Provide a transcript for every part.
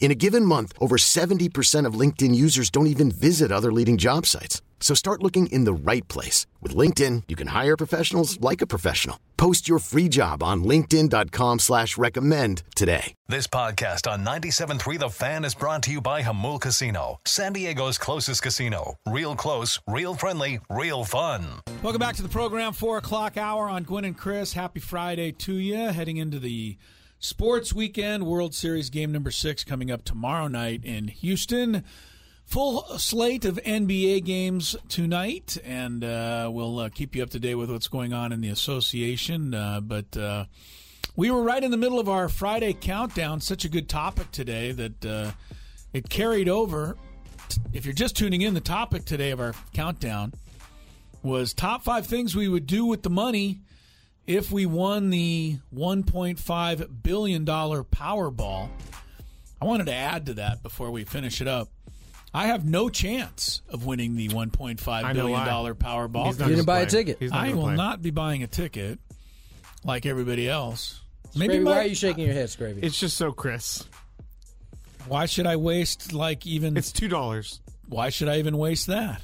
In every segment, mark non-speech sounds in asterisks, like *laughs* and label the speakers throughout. Speaker 1: In a given month, over 70% of LinkedIn users don't even visit other leading job sites. So start looking in the right place. With LinkedIn, you can hire professionals like a professional. Post your free job on linkedin.com slash recommend today.
Speaker 2: This podcast on 97.3 The Fan is brought to you by Hamul Casino, San Diego's closest casino. Real close, real friendly, real fun.
Speaker 3: Welcome back to the program, 4 o'clock hour on Gwen and Chris. Happy Friday to you. Heading into the sports weekend, World Series game number six coming up tomorrow night in Houston. Full slate of NBA games tonight, and uh, we'll uh, keep you up to date with what's going on in the association. Uh, but uh, we were right in the middle of our Friday countdown. Such a good topic today that uh, it carried over. If you're just tuning in, the topic today of our countdown was top five things we would do with the money if we won the $1.5 billion Powerball. I wanted to add to that before we finish it up. I have no chance of winning the $1.5
Speaker 4: I know
Speaker 3: billion
Speaker 4: why.
Speaker 3: dollar Powerball.
Speaker 4: He's not gonna
Speaker 5: You didn't buy a
Speaker 4: play.
Speaker 5: ticket.
Speaker 4: He's
Speaker 3: I
Speaker 4: gonna
Speaker 3: will
Speaker 4: play.
Speaker 3: not be buying a ticket like everybody else.
Speaker 5: Gravy,
Speaker 3: my-
Speaker 5: why are you shaking your head, Scravy?
Speaker 4: It's just so Chris.
Speaker 3: why should I waste like even?
Speaker 4: It's two dollars
Speaker 3: why should I even waste that?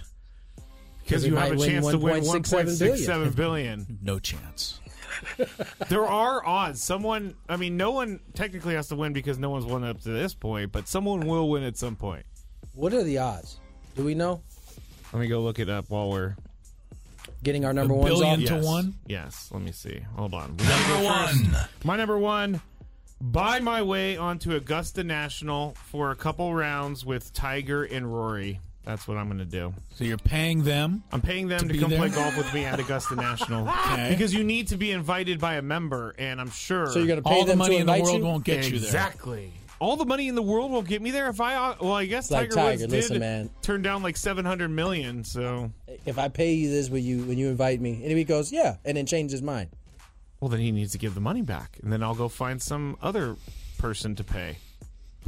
Speaker 4: because
Speaker 5: They
Speaker 4: you
Speaker 5: might
Speaker 4: have a
Speaker 5: win
Speaker 4: chance to win one point
Speaker 5: 1.67
Speaker 4: six seven billion.
Speaker 3: No chance.
Speaker 4: *laughs* there are odds. Someone, I mean, no one technically has to win because no one's won up to this point, but someone will win at some point.
Speaker 5: What are the odds? Do we know?
Speaker 4: Let me go look it up while we're
Speaker 5: Getting our number
Speaker 3: A
Speaker 5: ones
Speaker 3: billion
Speaker 5: on
Speaker 3: To one?
Speaker 4: Yes, let me see. Hold on.
Speaker 2: Number one.
Speaker 4: My number one. Buy my way onto Augusta National for a couple rounds with Tiger and Rory. That's what I'm going to do.
Speaker 3: So you're paying them.
Speaker 4: I'm paying them to,
Speaker 3: be
Speaker 4: come
Speaker 3: there?
Speaker 4: play golf with me at Augusta
Speaker 5: *laughs*
Speaker 4: National
Speaker 3: Okay.
Speaker 4: because you need to be invited by a member, and I'm sure
Speaker 5: So you're going to pay
Speaker 3: All the
Speaker 5: them
Speaker 3: money
Speaker 5: to
Speaker 3: in the
Speaker 5: invite
Speaker 3: world
Speaker 5: you?
Speaker 3: won't get you there.
Speaker 4: exactly. All the money in the world will get me there if I. uh, Well, I guess
Speaker 5: Like
Speaker 4: Tiger,
Speaker 5: Tiger,
Speaker 4: Woods did
Speaker 5: listen, man.
Speaker 4: turn down like 700 million. So
Speaker 5: If I pay you this, will you when you invite me? And he goes, yeah, and then changes his mind.
Speaker 4: well, then he needs to give the money back, and then I'll go find some other person to pay.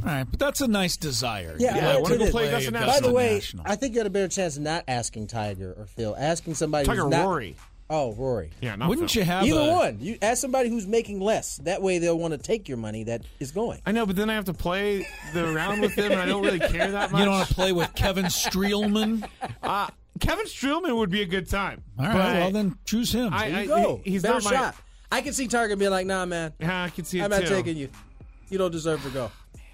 Speaker 3: All right, but that's a nice desire.
Speaker 5: Yeah,
Speaker 3: You'd
Speaker 5: I
Speaker 3: like
Speaker 5: wanna
Speaker 3: to
Speaker 5: go play
Speaker 4: Augusta National.
Speaker 5: By the way,
Speaker 3: National.
Speaker 5: I think you had a better chance of not asking Tiger or Phil, asking somebody.
Speaker 4: Tiger
Speaker 5: who's not,
Speaker 4: Rory.
Speaker 5: Oh, Rory.
Speaker 4: Yeah, not
Speaker 3: wouldn't
Speaker 4: Phil.
Speaker 3: you have
Speaker 5: Either
Speaker 3: a,
Speaker 5: one. You ask somebody who's making less. That way, they'll want to take your money that is going.
Speaker 4: I know, but then I have to play the round with them, and I don't really care
Speaker 5: *laughs*
Speaker 4: that much.
Speaker 3: You don't want to play with Kevin Streelman.
Speaker 4: uh, Kevin Streelman would be a good time.
Speaker 3: All right,
Speaker 4: but
Speaker 3: well then choose him.
Speaker 4: I- I-
Speaker 5: You go.
Speaker 4: he- he's
Speaker 5: better
Speaker 4: not my.
Speaker 5: shot. I can see Tiger being like, nah, man,
Speaker 4: Yeah, I can see it
Speaker 5: I'm not
Speaker 4: too.
Speaker 5: taking you. You don't deserve to go.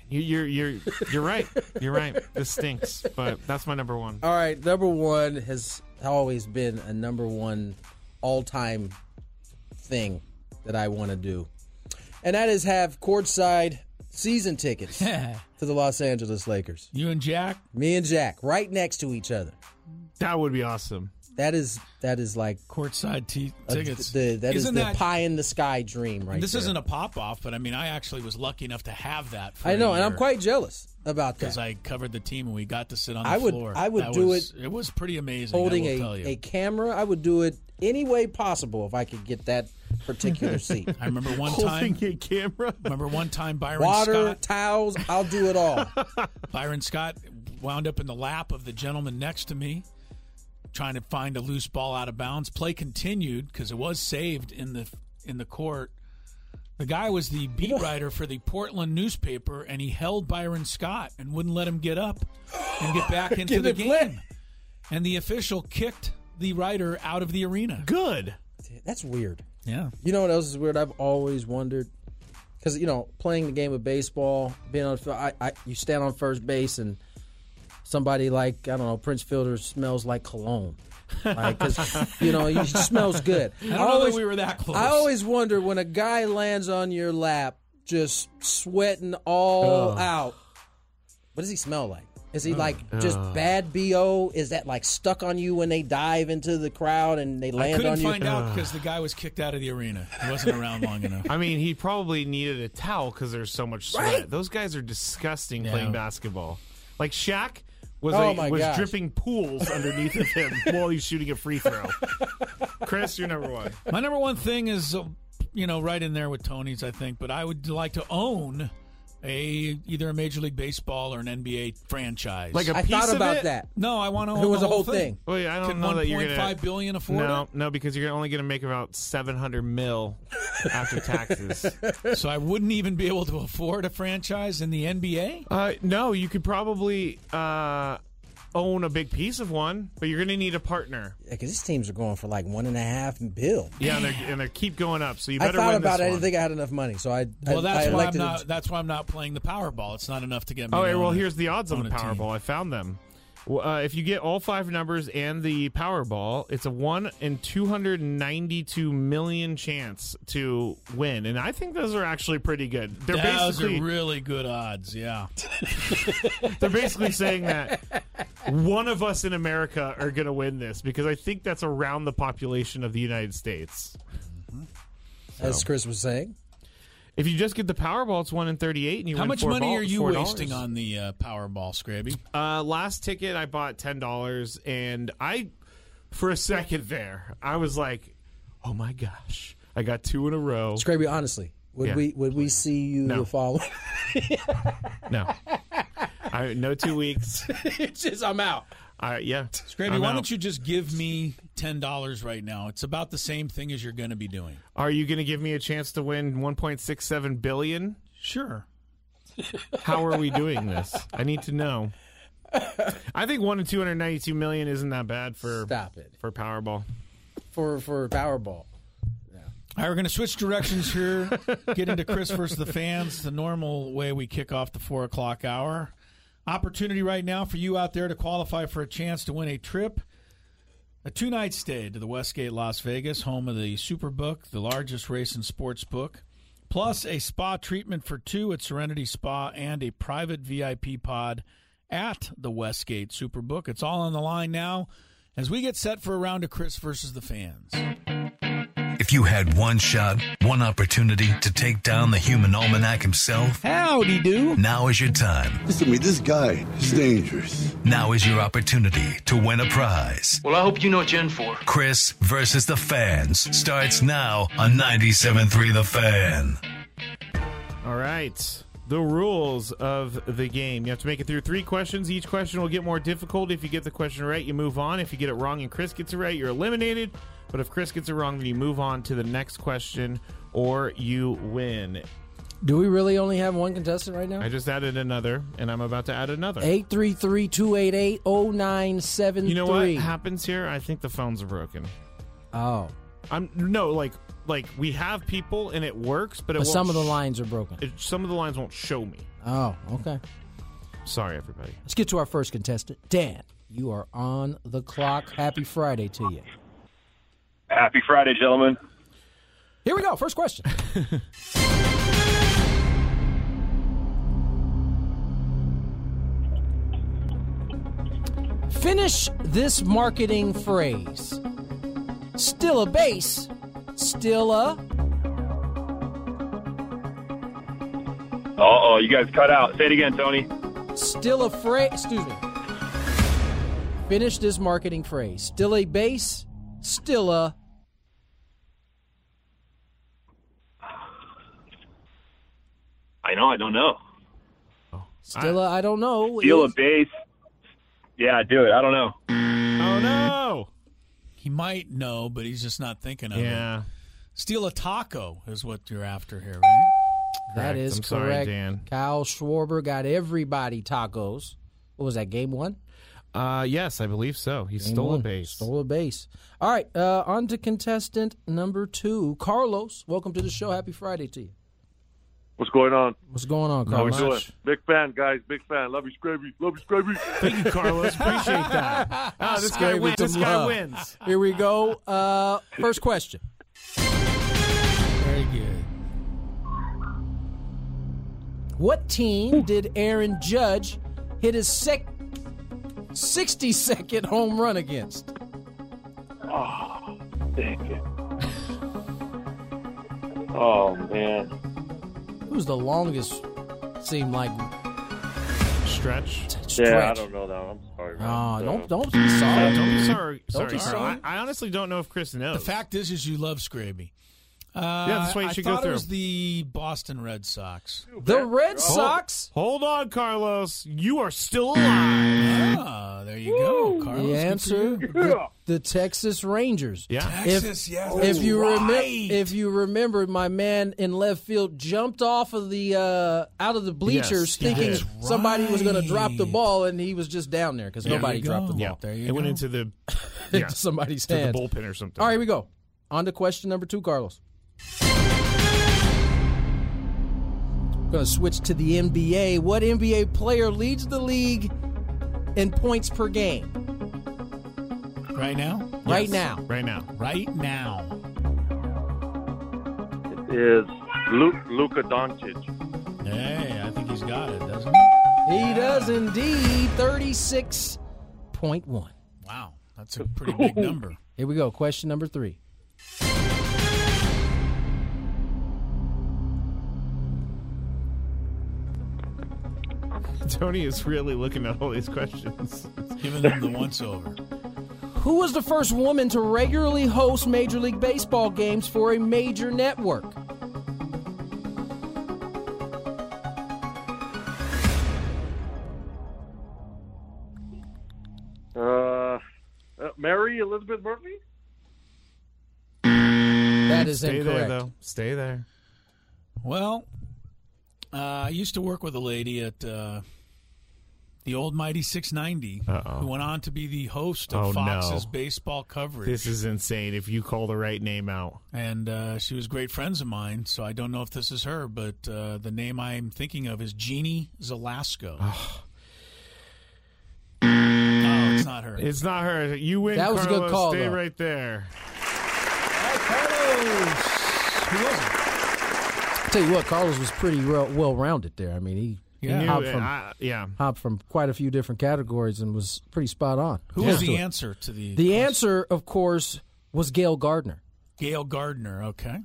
Speaker 4: You- You're you're you're right. You're right. This stinks, but that's my number one.
Speaker 5: All right, number one has always been a number one all time thing that I want to do, and that is have courtside season
Speaker 3: *laughs*
Speaker 5: tickets to the Los Angeles Lakers.
Speaker 3: you and Jack.
Speaker 5: Me and Jack right next to each other.
Speaker 4: That would be awesome.
Speaker 5: That is that is like
Speaker 3: Courtside t-
Speaker 5: a-
Speaker 3: tickets.
Speaker 5: Uh, the, that is
Speaker 3: Isn't
Speaker 5: the
Speaker 3: that-
Speaker 5: pie in the sky dream right
Speaker 3: This
Speaker 5: there.
Speaker 3: isn't a pop off, but I mean, I actually was lucky enough to have that. For
Speaker 5: I
Speaker 3: a
Speaker 5: know, and I'm
Speaker 3: year.
Speaker 5: quite jealous about that.
Speaker 3: because I covered the team and we got to sit on the
Speaker 5: I would-
Speaker 3: floor.
Speaker 5: I would
Speaker 3: That
Speaker 5: do
Speaker 3: was, it. It was pretty amazing.
Speaker 5: holding
Speaker 3: I will tell
Speaker 5: a,
Speaker 3: you.
Speaker 5: a camera. I would do it any way possible if I could get that
Speaker 3: *laughs*
Speaker 5: particular seat.
Speaker 3: I
Speaker 5: *laughs*
Speaker 3: remember one time.
Speaker 4: a camera.
Speaker 3: Remember one time Byron
Speaker 5: Water,
Speaker 3: Scott.
Speaker 5: towels, I'll do
Speaker 3: *laughs*
Speaker 5: it all.
Speaker 3: Byron Scott wound up in the lap of the gentleman next to me, trying to find a loose ball out of bounds. Play continued because it was saved in the in the court. The guy was the beat writer for the Portland newspaper, and he held Byron Scott and wouldn't let him get up and get back into
Speaker 5: Get
Speaker 3: the
Speaker 5: it
Speaker 3: game.
Speaker 5: played.
Speaker 3: And the official kicked the writer out of the arena.
Speaker 4: Good.
Speaker 5: That's weird.
Speaker 3: Yeah.
Speaker 5: You know what else is weird? I've always wondered because you know playing the game of baseball, being on the field, I, I you stand on first base and somebody like I don't know Prince Fielder smells like cologne.
Speaker 3: *laughs*
Speaker 5: Like, 'cause, you know, he smells good. I
Speaker 3: don't know that we were that close.
Speaker 5: I always wonder when a guy lands on your lap, just sweating all out. What does he smell like? Is he like just bad bo? Is that like stuck on you when they dive into the crowd and they
Speaker 3: I
Speaker 5: land
Speaker 3: couldn't
Speaker 5: on you?
Speaker 3: find
Speaker 5: *sighs*
Speaker 3: out because the guy was kicked out of the arena. He wasn't around long enough.
Speaker 4: I mean, he probably needed a towel because there's so much sweat. Those guys are disgusting playing basketball. Like Shaq was
Speaker 5: Oh
Speaker 4: a-
Speaker 5: my
Speaker 4: was
Speaker 5: gosh.
Speaker 4: dripping pools underneath of
Speaker 5: *laughs*
Speaker 4: him while he's shooting a free throw. Chris, you're number one.
Speaker 3: My number one thing is, uh, you know, right in there with Tony's, I think. But I would like to own a either a Major League Baseball or an NBA franchise.
Speaker 4: Like a
Speaker 5: I
Speaker 4: piece
Speaker 5: thought
Speaker 4: of
Speaker 5: about
Speaker 4: it?
Speaker 5: that.
Speaker 3: no, I want to.
Speaker 5: It
Speaker 3: own
Speaker 5: was
Speaker 3: the
Speaker 5: a whole thing.
Speaker 4: Wait, I don't
Speaker 3: Can
Speaker 4: know that you're gonna
Speaker 3: 1.5 billion afford
Speaker 4: No, no, because you're only gonna make about seven hundred mil after taxes.
Speaker 3: it? So I wouldn't even be able to afford a franchise in the NBA.
Speaker 4: Uh, no, you could probably uh, own a big piece of one, but you're going to need a partner.
Speaker 5: Because these teams are going for like one and a half bill.
Speaker 4: Yeah, and they and they keep going up, so you
Speaker 5: I
Speaker 4: better
Speaker 5: thought
Speaker 4: win
Speaker 5: about
Speaker 4: this
Speaker 5: it. I
Speaker 4: one.
Speaker 5: didn't think I had enough money, so I I-
Speaker 3: Well, that's why
Speaker 5: I
Speaker 3: I'm
Speaker 5: elected
Speaker 3: not.
Speaker 5: to-
Speaker 3: That's why I'm not playing the Powerball. It's not enough to get me.
Speaker 4: oh,
Speaker 3: to
Speaker 4: wait, well,
Speaker 3: own a-
Speaker 4: here's the odds on
Speaker 3: own
Speaker 4: the
Speaker 3: a team.
Speaker 4: Powerball. I found them. Well, Uh, if you get all five numbers and the Powerball, it's a one in two hundred ninety-two million chance to win, and I think those are actually pretty good. They're
Speaker 3: Those are
Speaker 4: basically
Speaker 3: really good
Speaker 4: *laughs*
Speaker 3: odds. Yeah.
Speaker 4: they're basically saying that one of us in America are going to win this because I think that's around the population of the United States.
Speaker 5: as Chris was saying.
Speaker 4: If you just get the Powerball, it's one in thirty-eight, and you
Speaker 3: How
Speaker 4: win
Speaker 3: much
Speaker 4: four
Speaker 3: money
Speaker 4: ball-
Speaker 3: are you
Speaker 4: $4.
Speaker 3: wasting on the uh, Powerball, Scraby?
Speaker 4: Uh, last ticket I bought ten dollars, and I, for a second there, I was like, "Oh my gosh, I got two in a row."
Speaker 5: Scraby, honestly, would
Speaker 4: Yeah,
Speaker 5: we would we see you
Speaker 4: No.
Speaker 5: the following?
Speaker 4: No, *laughs* I no two weeks.
Speaker 5: it's just I'm out.
Speaker 4: I, yeah,
Speaker 3: Scraby, why don't you just give me ten dollars right now? It's about the same thing as you're going to be doing.
Speaker 4: Are you going to give me a chance to win one point six seven billion?
Speaker 3: Sure.
Speaker 4: How are we doing this? I need to know. I think one in two hundred ninety-two million isn't that bad for
Speaker 5: Stop it
Speaker 4: for Powerball.
Speaker 5: for for Powerball.
Speaker 3: All right, we're going to switch directions here. Get into Chris versus the fans, the normal way we kick off the four o'clock hour. Opportunity right now for you out there to qualify for a chance to win a trip, a two night stay to the Westgate Las Vegas, home of the Superbook, the largest race and sports book, plus a spa treatment for two at Serenity Spa and a private VIP pod at the Westgate Superbook. It's all on the line now as we get set for a round of Chris versus the fans.
Speaker 2: If you had one shot, one opportunity to take down the human almanac himself,
Speaker 3: Howdy do.
Speaker 2: now is your time.
Speaker 6: Listen to me, this guy is dangerous.
Speaker 2: Now is your opportunity to win a prize.
Speaker 7: Well, I hope you know what you're in for.
Speaker 2: Chris versus the fans starts now on 97.3 The Fan.
Speaker 4: All right. The rules of the game. You have to make it through three questions. Each question will get more difficult. If you get the question right, you move on. If you get it wrong and Chris gets it right, you're eliminated. But if Chris gets it wrong, then you move on to the next question or you win.
Speaker 5: Do we really only have one contestant right
Speaker 4: I
Speaker 5: now?
Speaker 4: just added another, and I'm about to add another.
Speaker 5: 833-288-0973.
Speaker 4: You know what happens here? I think the phones are broken.
Speaker 5: Oh,
Speaker 4: I'm no like like we have people and it works, but it
Speaker 5: but
Speaker 4: won't
Speaker 5: some of the
Speaker 4: sh-
Speaker 5: lines are broken.
Speaker 4: it- some of the lines won't show me.
Speaker 5: Oh, okay.
Speaker 4: Sorry, everybody.
Speaker 5: Let's get to our first contestant, Dan. You are on the clock. Happy Friday to you.
Speaker 8: Happy Friday, gentlemen.
Speaker 5: Here we go. First question. Finish this marketing phrase. Still a base, still a.
Speaker 8: Uh oh, you guys cut out. Say it again, Tony.
Speaker 5: Still a phrase. Excuse me. Finish this marketing phrase. Still a base, still a.
Speaker 8: I know, I don't know.
Speaker 5: Still a. I don't know.
Speaker 8: Deal a
Speaker 5: Is-
Speaker 8: base. Yeah, do it. I don't know.
Speaker 4: Oh no!
Speaker 3: He might know, but he's just not thinking of it.
Speaker 4: Yeah.
Speaker 3: Steal a taco is what you're after here, right?
Speaker 5: That
Speaker 4: Correct.
Speaker 5: is
Speaker 4: I'm sorry,
Speaker 5: correct.
Speaker 4: Dan.
Speaker 5: Kyle Schwarber got everybody tacos. What was that game one?
Speaker 4: Uh, yes, I believe so. He
Speaker 5: Game
Speaker 4: stole
Speaker 5: one.
Speaker 4: a base.
Speaker 5: Stole a base. All right, uh, on to contestant number two, Carlos. Welcome to the show. Happy Friday to you.
Speaker 8: What's going on?
Speaker 5: What's going on, Carl?
Speaker 4: it's-
Speaker 8: Doing?
Speaker 4: Much.
Speaker 8: Big fan, guys. Big fan. Love you, Scraby. Love you,
Speaker 4: *laughs*
Speaker 8: Scraby.
Speaker 4: Thank you, Carlos. Appreciate
Speaker 5: *laughs*
Speaker 4: that. Oh, this guy
Speaker 5: Gave it
Speaker 4: wins.
Speaker 5: some
Speaker 4: This guy
Speaker 5: love.
Speaker 4: wins.
Speaker 5: Here we go. Uh, first question.
Speaker 3: Very good.
Speaker 5: What team did Aaron Judge hit his sec- 60 second home run against?
Speaker 8: Thank you. Oh man.
Speaker 5: It was the longest, seemed like,
Speaker 4: Stretch.
Speaker 5: stretch.
Speaker 8: Yeah, I don't know that. one. I'm sorry. Man.
Speaker 5: Oh,
Speaker 8: So-
Speaker 5: don't, don't be sorry.
Speaker 4: Don't be sorry.
Speaker 5: Don't
Speaker 4: Sorry,
Speaker 5: be
Speaker 4: Carl. I,
Speaker 5: sorry.
Speaker 4: I honestly don't know if Chris knows.
Speaker 3: The fact is, is you love Scraby. Uh,
Speaker 4: Oh. Yeah, that's why you
Speaker 3: I
Speaker 4: should go
Speaker 3: thought
Speaker 4: through.
Speaker 3: It was the Boston Red Sox.
Speaker 5: The Red
Speaker 8: Oh.
Speaker 4: Hold-
Speaker 5: Sox?
Speaker 4: Hold on, Carlos. You are still alive.
Speaker 3: Ah, there you go, Carlos.
Speaker 5: The
Speaker 3: good for
Speaker 5: answer,
Speaker 3: you.
Speaker 5: the, the Texas Rangers.
Speaker 4: Yeah.
Speaker 3: Texas, yes, that's
Speaker 5: If you remember,
Speaker 3: right.
Speaker 5: if you remember, my man in left field jumped off of the uh, out of the bleachers,
Speaker 4: Yes, he
Speaker 5: thinking
Speaker 4: did.
Speaker 5: somebody was going to drop the
Speaker 3: Right.
Speaker 5: ball, and he was just down there because
Speaker 3: There
Speaker 5: nobody
Speaker 3: you go.
Speaker 5: dropped the ball
Speaker 4: Yeah.
Speaker 3: There you
Speaker 4: it went
Speaker 3: go.
Speaker 4: into the yeah,
Speaker 5: *laughs* into somebody's
Speaker 4: to the
Speaker 5: hands.
Speaker 4: bullpen or something.
Speaker 5: All right, here we go. On to question number two, Carlos. Going to switch to the NBA. What NBA player leads the league in points per game
Speaker 3: right now,
Speaker 5: right now?
Speaker 4: Right now. *laughs*
Speaker 3: right now.
Speaker 8: Is Luke Luka Doncic?
Speaker 3: Hey, I think he's got it, doesn't he?
Speaker 5: He does indeed, thirty-six point one.
Speaker 3: Wow, that's a pretty
Speaker 5: *laughs*
Speaker 3: big number.
Speaker 5: Here we go. Question number three.
Speaker 4: Tony is really looking at all these questions.
Speaker 3: Giving them the once over.
Speaker 5: Who was the first woman to regularly host Major League Baseball games for a major network?
Speaker 8: Uh, uh, Mary Elizabeth Murphy?
Speaker 5: That is
Speaker 4: Stay
Speaker 5: incorrect.
Speaker 4: there, though. Stay there.
Speaker 3: Well, uh, I used to work with a lady at uh, the old Mighty 690
Speaker 4: Uh-oh.
Speaker 3: who went on to be the host
Speaker 4: Oh,
Speaker 3: of
Speaker 4: no.
Speaker 3: Fox's baseball coverage.
Speaker 4: This is insane. If you call the right name out,
Speaker 3: and uh, she was great friends of mine, so I don't know if this is her, but uh, the name I'm thinking of is Jeannie Zelasco.
Speaker 4: Ah.
Speaker 3: no, Oh, it's not her.
Speaker 4: it's not her. You win.
Speaker 5: That was a good
Speaker 4: Carlos.
Speaker 5: call,
Speaker 4: Stay
Speaker 5: though.
Speaker 4: right there.
Speaker 3: Hi, Carlos. Who was it?
Speaker 5: Tell you what, Carlos was pretty well, well rounded there. I mean, he, he
Speaker 4: You,
Speaker 5: hopped, from,
Speaker 4: I- yeah.
Speaker 5: hopped from quite a few different categories and was pretty spot on.
Speaker 3: Who
Speaker 5: Yeah.
Speaker 3: was
Speaker 5: To
Speaker 3: the
Speaker 5: it.
Speaker 3: answer to the
Speaker 5: The answer, of course, was Gail Gardner.
Speaker 3: Gail Gardner? Okay,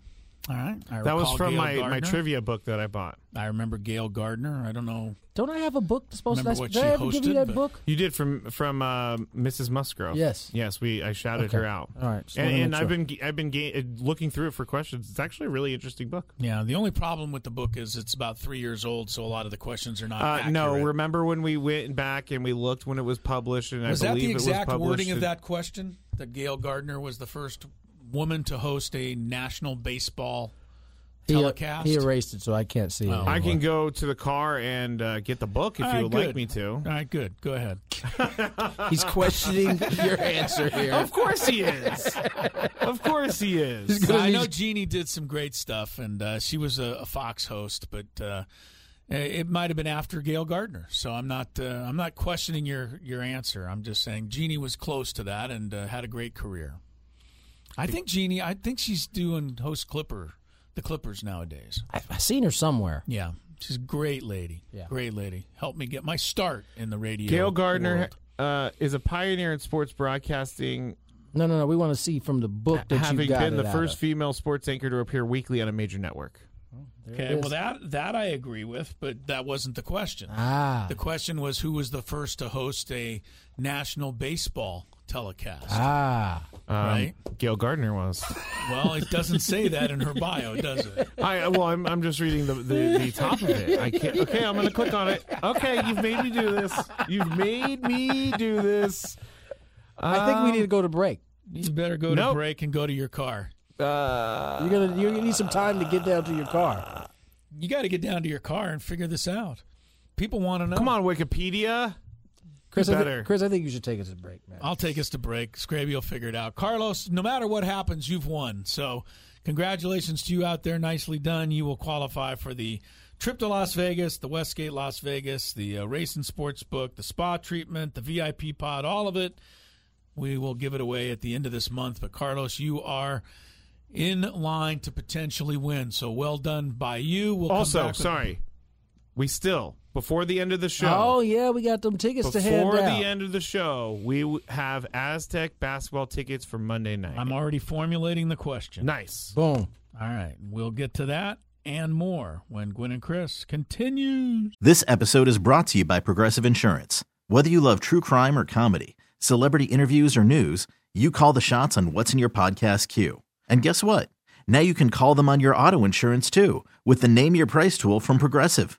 Speaker 3: all right. I
Speaker 4: That was
Speaker 3: recall
Speaker 4: from
Speaker 3: Gail
Speaker 4: my, my
Speaker 3: Gardner.
Speaker 4: trivia book that I bought.
Speaker 3: I remember Gail Gardner. I don't know.
Speaker 5: Don't I have a book that's supposed
Speaker 3: Remember
Speaker 5: to
Speaker 3: what
Speaker 5: did I
Speaker 3: she
Speaker 5: ever give you
Speaker 3: hosted,
Speaker 5: that
Speaker 3: but-
Speaker 5: book?
Speaker 4: You did from from uh, Mrs. Musgrove.
Speaker 5: Yes.
Speaker 4: yes. We I shouted
Speaker 5: Okay.
Speaker 4: her out.
Speaker 5: All right, just wanna
Speaker 4: and, and
Speaker 5: make
Speaker 4: I've been I've been ga- uh, looking through it for questions. It's actually a really interesting book.
Speaker 3: Yeah, the only problem with the book is it's about three years old, so a lot of the questions are not.
Speaker 4: Uh,
Speaker 3: accurate.
Speaker 4: no, remember when we went back and we looked when it was published, and
Speaker 3: was
Speaker 4: I
Speaker 3: that
Speaker 4: believe
Speaker 3: the exact
Speaker 4: it was published
Speaker 3: wording of
Speaker 4: in-
Speaker 3: that question? That Gail Gardner was the first woman to host a national baseball
Speaker 5: He- uh,
Speaker 3: telecast.
Speaker 5: He, erased it, so I can't see it.
Speaker 3: Oh.
Speaker 4: I
Speaker 5: anymore.
Speaker 4: can go to the car and uh, get the book if
Speaker 3: All
Speaker 4: you
Speaker 3: right,
Speaker 4: would like
Speaker 3: good.
Speaker 4: me
Speaker 3: *laughs*
Speaker 4: to.
Speaker 3: All right, good. Go ahead.
Speaker 5: He's questioning *laughs* your answer here.
Speaker 4: Of course he is. of course he *laughs* is.
Speaker 5: Good
Speaker 3: I
Speaker 5: as
Speaker 3: know
Speaker 5: he's-
Speaker 3: Jeannie did some great stuff, and uh, she was a, a Fox host, but uh, it might have been after Gail Gardner. So I'm not uh, I'm not questioning your your answer. I'm just saying Jeannie was close to that and uh, had a great career. I think Jeannie. I think she's doing host Clipper, the Clippers nowadays.
Speaker 5: I- I've seen her somewhere.
Speaker 3: Yeah, she's a great lady.
Speaker 5: Yeah.
Speaker 3: Great lady. Helped me get my start in the radio.
Speaker 4: Gail Gardner uh,
Speaker 3: world.
Speaker 4: is a pioneer in sports broadcasting,
Speaker 5: No, no, no. We want to see from the book that
Speaker 4: having
Speaker 5: you got
Speaker 4: been
Speaker 5: it
Speaker 4: the
Speaker 5: out
Speaker 4: first
Speaker 5: of.
Speaker 4: female sports anchor to appear weekly on a major network.
Speaker 3: Okay, well that that I agree with, but that wasn't the question.
Speaker 5: Ah.
Speaker 3: The question was who was the first to host a national baseball telecast,
Speaker 5: Ah.
Speaker 3: right?
Speaker 4: Gail Gardner
Speaker 5: *laughs*
Speaker 4: was.
Speaker 3: Well, it
Speaker 4: *laughs*
Speaker 3: doesn't say that in her bio, does it?
Speaker 4: I well, I'm, I'm just reading the, the, the top of it. I can't. Okay, I'm gonna click on it. Okay, you've made me do this. You've made me do this.
Speaker 5: I think we need to go to break.
Speaker 3: You better go to
Speaker 4: Nope.
Speaker 3: break and go to your car.
Speaker 4: Uh,
Speaker 5: You're gonna you need some time to get down to your car.
Speaker 3: You got to get down to your car and figure this out. People want to know.
Speaker 4: come on, Wikipedia.
Speaker 5: Chris, I,
Speaker 4: better. Oh,
Speaker 5: thi- Chris, I think you should take us to break, man.
Speaker 3: I'll take us to break. Scraby will figure it out. Carlos, no matter what happens, you've won. So Congratulations to you out there. Nicely done. You will qualify for the trip to Las Vegas, the Westgate Las Vegas, the uh, race and sports book, the spa treatment, the VIP pod, all of it. We will give it away at the end of this month. But Carlos, you are in line to potentially win. So well done by you. We'll come back
Speaker 4: Also,
Speaker 3: with-
Speaker 4: sorry, we still before the end of the show.
Speaker 5: Oh yeah, we got them tickets to hand
Speaker 4: before the
Speaker 5: out.
Speaker 4: end of the show, we w- have Aztec basketball tickets for Monday night.
Speaker 3: I'm already formulating the question.
Speaker 4: nice.
Speaker 5: Boom.
Speaker 3: All right. We'll get to that and more when Gwen and Chris continues.
Speaker 9: This episode is brought to you by Progressive Insurance. Whether you love true crime or comedy, celebrity interviews or news, you call the shots on what's in your podcast queue. And guess what? Now you can call them on your auto insurance too with the Name Your Price tool from Progressive.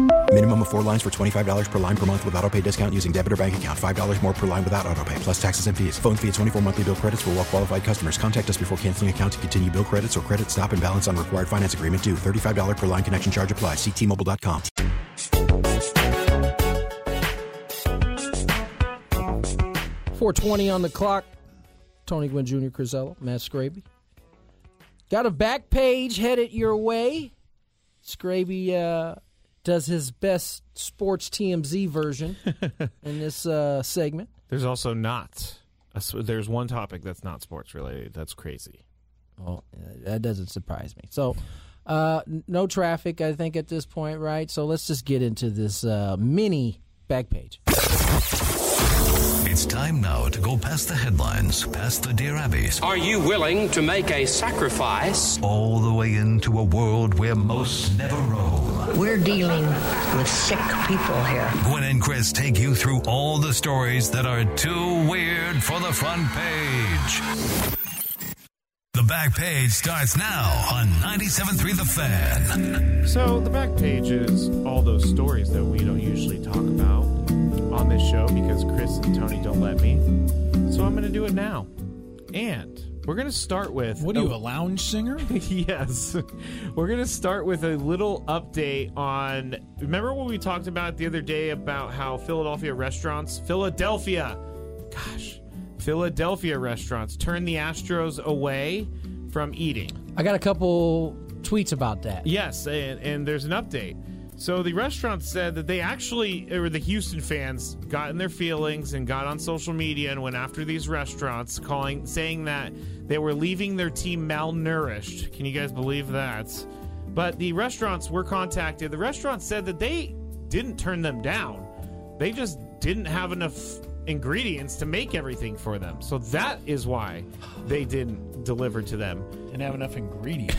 Speaker 10: Minimum of four lines for $25 per line per month with auto pay discount using debit or bank account. $5 more per line without auto pay, plus taxes and fees. Phone fee at 24 monthly bill credits for all qualified customers. Contact us before canceling account to continue bill credits or credit stop and balance on required finance agreement due. $35 per line connection charge apply. Ctmobile.com.
Speaker 5: Four twenty on the clock. Tony Gwynn Jr., Chris Ella, Matt Scraby. Got a back page headed your way. Scraby uh, does his best sports TMZ
Speaker 4: *laughs*
Speaker 5: version in this uh, segment.
Speaker 4: There's also not. a s- There's one topic that's not sports related. That's crazy.
Speaker 5: Well, uh, that doesn't surprise me. So, uh, n- no traffic, I think, at this point, right? So let's just get into this uh, mini back page.
Speaker 2: It's time now to go past the headlines, past the Dear Abbeys,
Speaker 11: Are you willing to make a sacrifice?
Speaker 2: all the way into a world where most never roam.
Speaker 7: We're dealing with sick people here.
Speaker 2: Gwen and Chris take you through all the stories that are too weird for the front page. The back page starts now on 97.3 The Fan.
Speaker 4: So the back page is all those stories that we don't usually talk about on this show because Chris and Tony don't let me. So I'm going to do it now, and we're going to start with
Speaker 3: What are you, a lounge singer?
Speaker 4: *laughs* yes. We're going to start with a little update on. Remember what we talked about the other day about how Philadelphia restaurants, Philadelphia, gosh, Philadelphia restaurants turn the Astros away from eating?
Speaker 5: I got a couple tweets about that.
Speaker 4: Yes, and, and there's an update. So the restaurant said that they actually, or the Houston fans, got in their feelings and got on social media and went after these restaurants, calling, saying that they were leaving their team malnourished. Can you guys believe that? But the restaurants were contacted. The restaurants said that they didn't turn them down. They just didn't have enough ingredients to make everything for them. So that is why they didn't deliver to them.
Speaker 3: *laughs* Didn't have enough ingredients.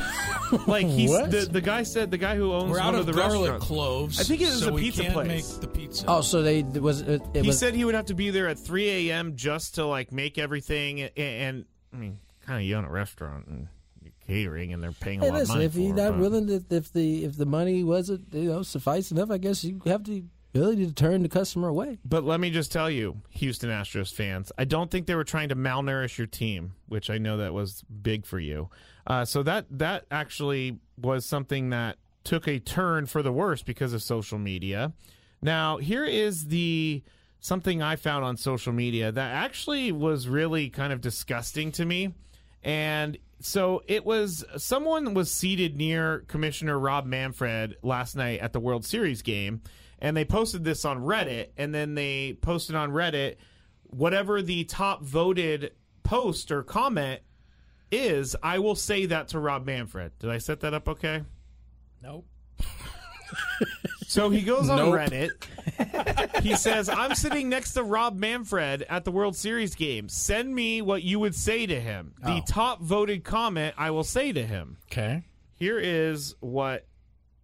Speaker 4: Like he's
Speaker 5: What?
Speaker 4: the, the guy said the guy who owns
Speaker 3: We're
Speaker 4: one
Speaker 3: out
Speaker 4: of,
Speaker 3: of
Speaker 4: the
Speaker 3: garlic
Speaker 4: restaurants.
Speaker 3: cloves.
Speaker 4: I think it was
Speaker 3: so
Speaker 4: a
Speaker 3: we
Speaker 4: pizza
Speaker 3: can't
Speaker 4: place.
Speaker 3: Make the pizza.
Speaker 5: Oh, so they it was it, it
Speaker 4: He
Speaker 5: was
Speaker 4: said he would have to be there at 3 a.m. just to like make everything and, and I mean, kind of you own a restaurant and you're catering and they're paying a
Speaker 5: Hey,
Speaker 4: lot of
Speaker 5: listen,
Speaker 4: money.
Speaker 5: if you're
Speaker 4: for it,
Speaker 5: not
Speaker 4: but-
Speaker 5: willing, to, if the if the money wasn't you know suffice enough, I guess you have the ability to turn the customer away.
Speaker 4: But let me just tell you, Houston Astros fans, I don't think they were trying to malnourish your team, which I know that was big for you. Uh, so that that actually was something that took a turn for the worse because of social media. Now here is the something I found on social media that actually was really kind of disgusting to me, and. So it was someone was seated near Commissioner Rob Manfred last night at the World Series game, and they posted this on Reddit, and then they posted on Reddit whatever the top voted post or comment is, I will say that to Rob Manfred. Did I set that up okay?
Speaker 3: Nope.
Speaker 4: So he goes on
Speaker 3: Nope.
Speaker 4: Reddit. He says, I'm sitting next to Rob Manfred at the World Series game. Send me what you would say to him. The
Speaker 3: Oh.
Speaker 4: top voted comment I will say to him.
Speaker 3: Okay.
Speaker 4: Here is what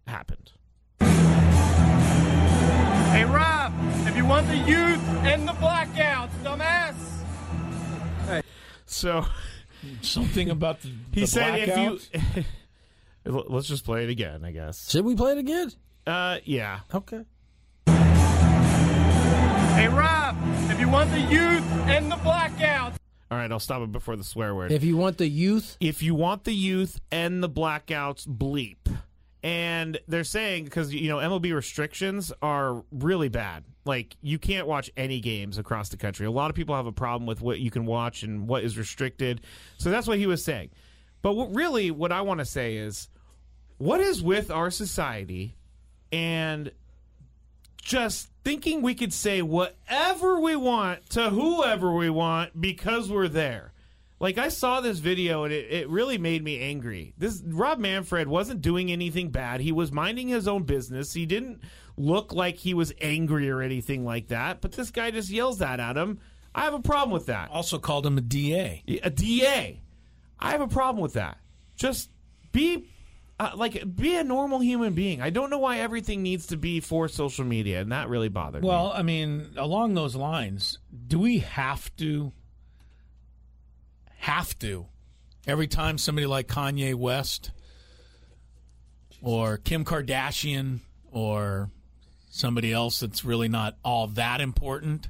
Speaker 4: happened.
Speaker 12: Hey Rob, if you want the youth and the blackouts, dumbass.
Speaker 4: So
Speaker 3: something about the
Speaker 4: He
Speaker 3: the
Speaker 4: said
Speaker 3: blackouts?
Speaker 4: if you *laughs* L- Let's just play it again, I guess.
Speaker 5: Should we play it again?
Speaker 4: Uh yeah.
Speaker 5: Okay.
Speaker 12: Hey Rob, if you want the youth and the blackouts.
Speaker 4: All right, I'll stop it before the swear word.
Speaker 5: If you want the youth,
Speaker 4: if you want the youth and the blackouts, bleep. And they're saying because you know MLB restrictions are really bad. Like you can't watch any games across the country. A lot of people have a problem with what you can watch and what is restricted. So that's what he was saying. But what really what I want to say is, what is with our society and just thinking we could say whatever we want to whoever we want because we're there. Like I saw this video and it, it really made me angry. This Rob Manfred wasn't doing anything bad. He was minding his own business. He didn't look like he was angry or anything like that. But this guy just yells that at him. I have a problem with that.
Speaker 3: Also called him a DA.
Speaker 4: A DA. I have a problem with that. Just be uh, like be a normal human being. I don't know why everything needs to be for social media, and that really bothered me.
Speaker 3: Well, I mean, along those lines, do we have to have to every time somebody like Kanye West or Kim Kardashian or somebody else that's really not all that important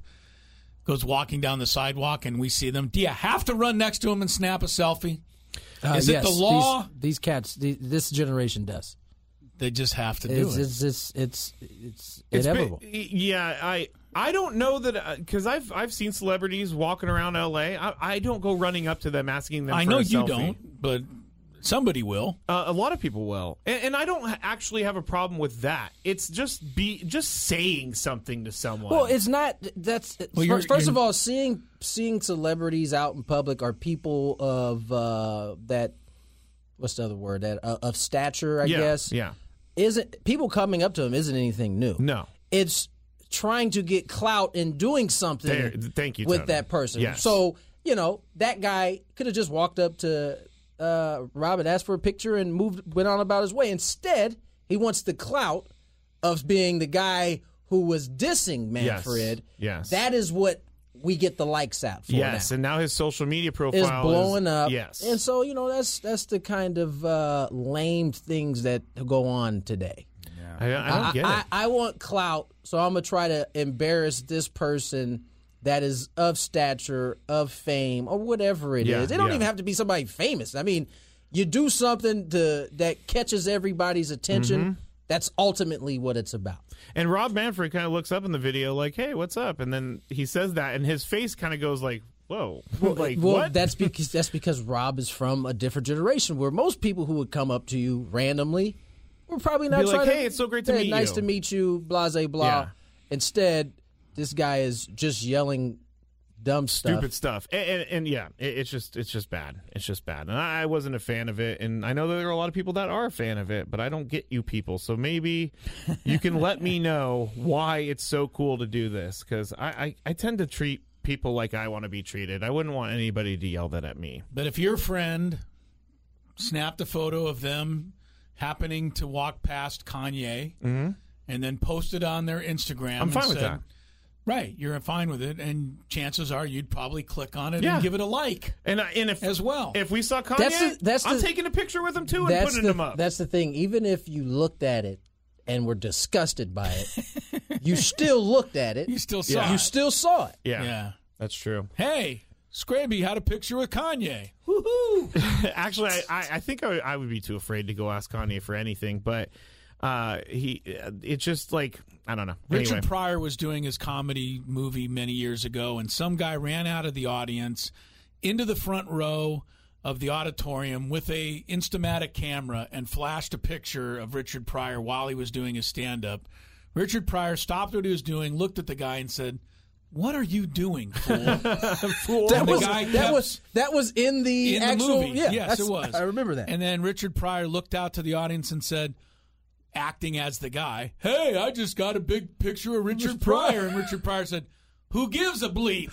Speaker 3: goes walking down the sidewalk and we see them, do you have to run next to him and snap a selfie?
Speaker 5: Uh,
Speaker 3: Is it
Speaker 5: yes,
Speaker 3: the law?
Speaker 5: These, these cats, the this generation does.
Speaker 3: They just have to do
Speaker 5: It's
Speaker 3: it.
Speaker 5: it's it's it's, it's,
Speaker 4: It's been-
Speaker 5: inevitable.
Speaker 4: yeah, I I don't know that because I've I've seen celebrities walking around L.A. I, I don't go running up to them asking them.
Speaker 3: I
Speaker 4: for
Speaker 3: know
Speaker 4: a
Speaker 3: you
Speaker 4: selfie.
Speaker 3: don't, but somebody will.
Speaker 4: Uh, a lot of people will, and, and I don't ha- actually have a problem with that. It's just be just saying something to someone.
Speaker 5: Well, it's not. That's
Speaker 4: Well, you're-
Speaker 5: 1st of
Speaker 4: you're-
Speaker 5: all, seeing seeing celebrities out in public are people of uh, that. What's the other word? That uh, of stature, I
Speaker 4: Yeah,
Speaker 5: guess.
Speaker 4: yeah.
Speaker 5: Isn't people coming up to him? Isn't anything new?
Speaker 4: No.
Speaker 5: It's trying to get clout and doing something.
Speaker 4: There- thank you,
Speaker 5: With
Speaker 4: Tony.
Speaker 5: that person.
Speaker 4: Yes.
Speaker 5: So you know that guy could have just walked up to uh, Rob and asked for a picture and moved went on about his way. Instead, he wants the clout of being the guy who was dissing
Speaker 4: Yes.
Speaker 5: Manfred.
Speaker 4: Yes.
Speaker 5: That is what we get the likes out for.
Speaker 4: yes, and now his social media
Speaker 5: now,
Speaker 4: profile
Speaker 5: is blowing up.
Speaker 4: Yes,
Speaker 5: And so, you know, that's that's the kind of uh, lame things that go on today.
Speaker 4: I, I don't get
Speaker 5: I,
Speaker 4: it.
Speaker 5: I want clout, so I'm gonna try to embarrass this person that is of stature, of fame, or whatever it is.
Speaker 4: Yeah,
Speaker 5: It don't
Speaker 4: yeah.
Speaker 5: even have to be somebody famous. I mean, you do something to that catches everybody's attention.
Speaker 4: Mm-hmm.
Speaker 5: That's ultimately what it's about.
Speaker 4: And Rob Manfred kind of looks up in the video like, "Hey, what's up?" And then he says that, and his face kind of goes like, "Whoa, *laughs* like
Speaker 5: well,
Speaker 4: what?"
Speaker 5: that's because that's because Rob is from a different generation where most people who would come up to you randomly were probably not
Speaker 4: Be like,
Speaker 5: trying to.
Speaker 4: "Hey, it's so great to
Speaker 5: "Hey,
Speaker 4: meet
Speaker 5: nice
Speaker 4: you."
Speaker 5: to meet you. Blah blah blah.
Speaker 4: Yeah.
Speaker 5: Instead, this guy is just yelling dumb stuff.
Speaker 4: stupid stuff. And, and, and yeah, it, it's just it's just bad. It's just bad. And I, I wasn't a fan of it. And I know that there are a lot of people that are a fan of it, but I don't get you people. So maybe you can let
Speaker 5: *laughs*
Speaker 4: me know why it's so cool to do this because I, I I tend to treat people like I want to be treated. I wouldn't want anybody to yell that at me.
Speaker 3: But if your friend snapped a photo of them happening to walk past Kanye
Speaker 4: Mhm.
Speaker 3: and then posted on their Instagram,
Speaker 4: I'm
Speaker 3: and
Speaker 4: fine with
Speaker 3: said-
Speaker 4: that.
Speaker 3: Right, you're fine with it, and chances are you'd probably click on it
Speaker 4: Yeah.
Speaker 3: and give it a like
Speaker 4: And I, and if
Speaker 3: as well.
Speaker 4: if we saw Kanye,
Speaker 5: That's the- that's
Speaker 4: I'm
Speaker 5: the-
Speaker 4: taking a picture with him too and
Speaker 5: that's
Speaker 4: putting
Speaker 5: the
Speaker 4: him up.
Speaker 5: that's the thing. Even if you looked at it and were disgusted by it,
Speaker 4: *laughs*
Speaker 5: you still looked at it.
Speaker 3: You still saw
Speaker 5: You
Speaker 3: it.
Speaker 5: still saw it.
Speaker 4: Yeah,
Speaker 3: Yeah.
Speaker 4: that's true.
Speaker 3: Hey, Scrabby had a picture with Kanye.
Speaker 4: *laughs* Actually, I, I, I think I, would- I would be too afraid to go ask Kanye for anything, but uh, he uh, it's just like I don't know.
Speaker 3: Richard
Speaker 4: anyway,
Speaker 3: Pryor was doing his comedy movie many years ago, and some guy ran out of the audience into the front row of the auditorium with a Instamatic camera and flashed a picture of Richard Pryor while he was doing his stand up. Richard Pryor stopped what he was doing, looked at the guy, and said, What are you doing,
Speaker 5: *laughs*
Speaker 3: fool?
Speaker 5: That
Speaker 3: that
Speaker 5: was that was that was in the
Speaker 3: in
Speaker 5: actual
Speaker 3: the movie.
Speaker 5: yeah
Speaker 3: yes,
Speaker 5: that's-
Speaker 3: it was.
Speaker 5: I remember that.
Speaker 3: And then Richard Pryor looked out to the audience and said, acting as the guy, "Hey, I just got a big picture of Richard Pryor." And Richard Pryor said, "Who gives a bleep?"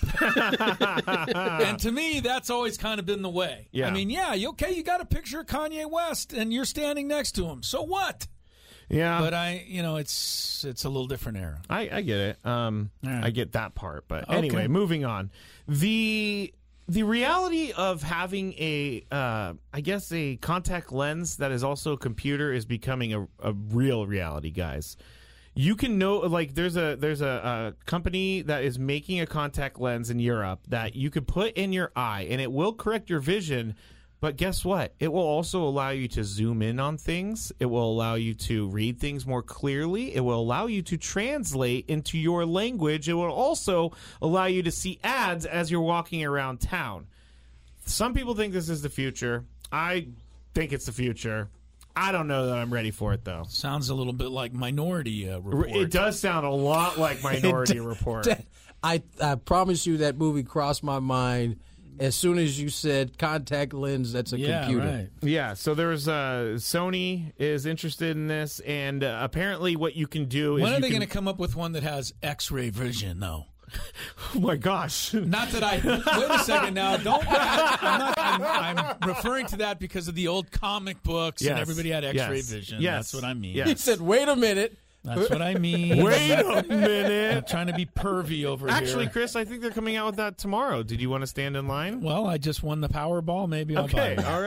Speaker 3: and to me, that's always kind of been the way.
Speaker 4: Yeah.
Speaker 3: I mean, yeah, you okay? You got a picture of Kanye West, and you're standing next to him. So what?
Speaker 4: Yeah.
Speaker 3: But I, you know, it's it's a little different era.
Speaker 4: I, I get it. Um, I get that part. But anyway,
Speaker 3: Okay.
Speaker 4: moving on. The the reality of having a, uh, I guess, a contact lens that is also a computer is becoming a, a real reality, guys. You can know like there's a there's a, a company that is making a contact lens in Europe that you could put in your eye and it will correct your vision, but guess what? It will also allow you to zoom in on things. It will allow you to read things more clearly. It will allow you to translate into your language. It will also allow you to see ads as you're walking around town. Some people think this is the future. I think it's the future. I don't know that I'm ready for it though.
Speaker 3: Sounds a little bit like Minority uh, Report.
Speaker 4: It does sound a lot like Minority Report.
Speaker 5: *laughs* I I promise you that movie crossed my mind as soon as you said contact lens. That's a computer. *laughs*
Speaker 4: Yeah, so there's uh, Sony is interested in this, and uh, apparently what you can do is
Speaker 3: When are
Speaker 4: you
Speaker 3: they
Speaker 4: can-
Speaker 3: going to come up with one that has X-ray vision, though?
Speaker 4: *laughs* Oh my *laughs* gosh!
Speaker 3: Not that I. Wait a second now. Don't. I, am not, I'm, I'm referring to that because of the old comic books and
Speaker 4: Yes.
Speaker 3: everybody had X-ray
Speaker 4: Yes.
Speaker 3: vision.
Speaker 4: Yes.
Speaker 3: That's what I mean.
Speaker 4: Yes. He
Speaker 5: said, "Wait a minute."
Speaker 3: That's what I mean.
Speaker 4: Wait a minute.
Speaker 3: I'm trying to be pervy over
Speaker 4: Actually,
Speaker 3: here.
Speaker 4: Chris, I think they're coming out with that tomorrow. Did you want to stand in line?
Speaker 3: Well, I just won the Powerball. Maybe I'll
Speaker 4: Okay,
Speaker 3: buy it.
Speaker 4: all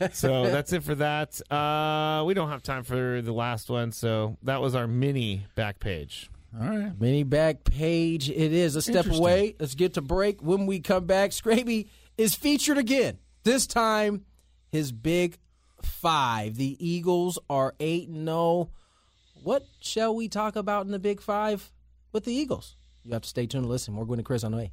Speaker 4: *laughs* right. so that's it for that. Uh, we don't have time for the last one, so that was our mini back page.
Speaker 3: All right.
Speaker 5: Mini back page it is. Let's step
Speaker 4: Interesting.
Speaker 5: away. Let's get to break. When we come back, Scraby is featured again. This time, his big five. The Eagles are 8 and 0. What shall we talk about in the big five with the Eagles? You have to stay tuned and listen. More Gwen and Chris on the way.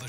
Speaker 2: the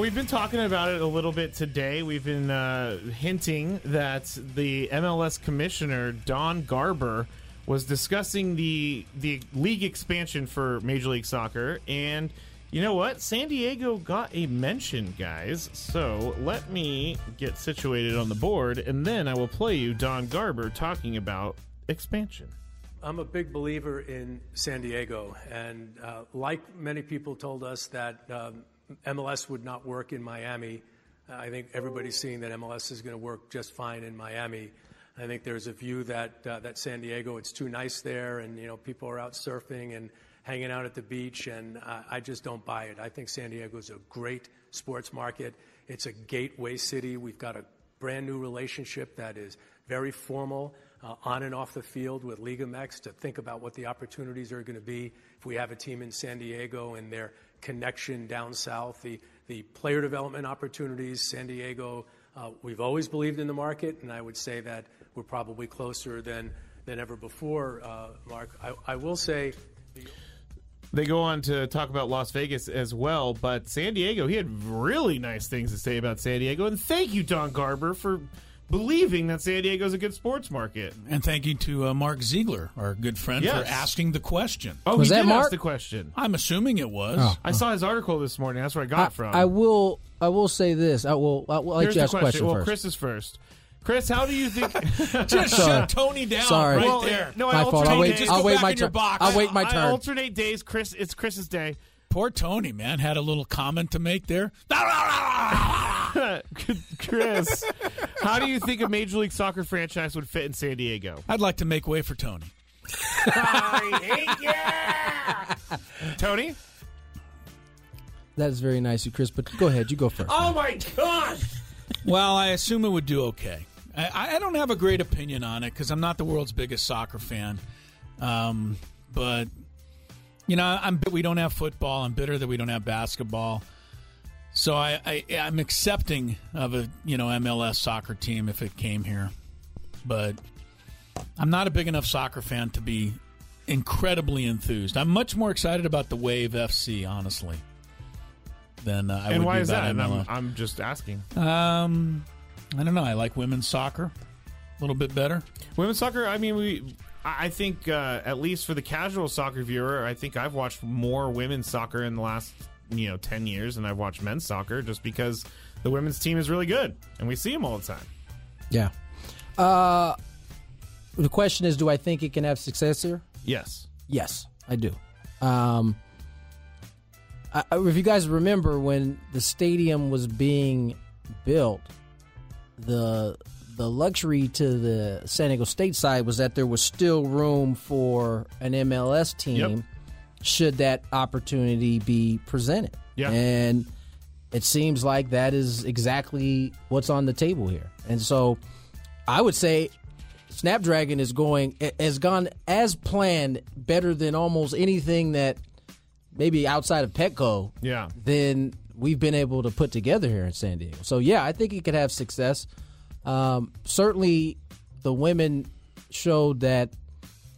Speaker 4: we've been talking about it a little bit today. We've been uh, hinting that the MLS commissioner Don Garber was discussing the the league expansion for Major League Soccer, and you know what? San Diego got a mention, guys. So let me get situated on the board, and then I will play you Don Garber talking about expansion.
Speaker 13: I'm a big believer in San Diego, and uh, like many people told us that um, MLS would not work in Miami, I think everybody's seeing that MLS is going to work just fine in Miami. I think there's a view that uh, that San Diego, it's too nice there, and you know people are out surfing and hanging out at the beach, and I, I just don't buy it. I think San Diego is a great sports market. It's a gateway city. We've got a brand new relationship that is very formal uh, on and off the field with Liga MX to think about what the opportunities are going to be if we have a team in San Diego and their connection down south, the, the player development opportunities, San Diego. Uh, we've always believed in the market, and I would say that we're probably closer than, than ever before, uh, Mark. I, I will say
Speaker 4: They go on to talk about Las Vegas as well, but San Diego, he had really nice things to say about San Diego. And thank you, Don Garber, for believing that San Diego is a good sports market.
Speaker 3: And thank you to uh, Mark Ziegler, our good friend,
Speaker 4: Yes.
Speaker 3: for asking the question.
Speaker 4: Oh, Was he that did ask Mark? the question.
Speaker 3: I'm assuming it was.
Speaker 4: Oh. I saw his article this morning. That's where I got it from.
Speaker 5: I will. I will say this. I will. I will let
Speaker 4: Here's
Speaker 5: you
Speaker 4: the
Speaker 5: ask a question
Speaker 4: Well,
Speaker 5: first.
Speaker 4: Chris is first. Chris, how do you
Speaker 5: *laughs*
Speaker 4: think?
Speaker 5: Just shut Sorry. Tony down Sorry. right
Speaker 4: Well,
Speaker 5: there.
Speaker 4: No, I
Speaker 5: My fault. I'll
Speaker 4: alternate
Speaker 5: wait-
Speaker 4: days.
Speaker 5: I'll
Speaker 4: Go
Speaker 5: wait
Speaker 4: back
Speaker 5: my
Speaker 4: in your
Speaker 5: turn.
Speaker 4: box.
Speaker 5: I'll wait my
Speaker 4: I
Speaker 5: turn.
Speaker 4: alternate days. Chris, it's Chris's day. *laughs*
Speaker 3: Poor Tony, man, had a little comment to make there. *laughs*
Speaker 4: Chris, how do you think a Major League Soccer franchise would fit in San Diego?
Speaker 3: I'd like to make way for Tony.
Speaker 4: Tony?
Speaker 5: That is very nice of you, Chris, but go ahead. You go first.
Speaker 12: Oh my gosh!
Speaker 3: Well, I assume it would do okay. I, I don't have a great opinion on it because I'm not the world's biggest soccer fan. Um, but you know, I'm bit we don't have football. I'm bitter that we don't have basketball. So I, I I'm accepting of a you know MLS soccer team if it came here, but I'm not a big enough soccer fan to be incredibly enthused. I'm much more excited about the Wave FC, honestly, than uh, I
Speaker 4: and
Speaker 3: would
Speaker 4: why
Speaker 3: be
Speaker 4: is
Speaker 3: about
Speaker 4: that? And I'm,
Speaker 3: MLS.
Speaker 4: I'm just asking.
Speaker 3: Um, I don't know. I like women's soccer a little bit better.
Speaker 4: Women's soccer. I mean, we. I I think uh, at least for the casual soccer viewer, I think I've watched more women's soccer in the last you know ten years than I've watched men's soccer, just because the women's team is really good and we see them all the time.
Speaker 5: Yeah. Uh, the question is, do I think it can have success here?
Speaker 4: Yes.
Speaker 5: Yes, I do. Um, I, I- if you guys remember when the stadium was being built, the the luxury to the San Diego State side was that there was still room for an MLS team
Speaker 14: Yep.
Speaker 5: should that opportunity be presented.
Speaker 14: Yeah.
Speaker 5: And it seems like that is exactly what's on the table here. And so I would say Snapdragon is going has gone as planned better than almost anything that maybe outside of Petco
Speaker 4: Yeah.
Speaker 5: than we've been able to put together here in San Diego. So yeah, I think it could have success. Um, certainly, the women showed that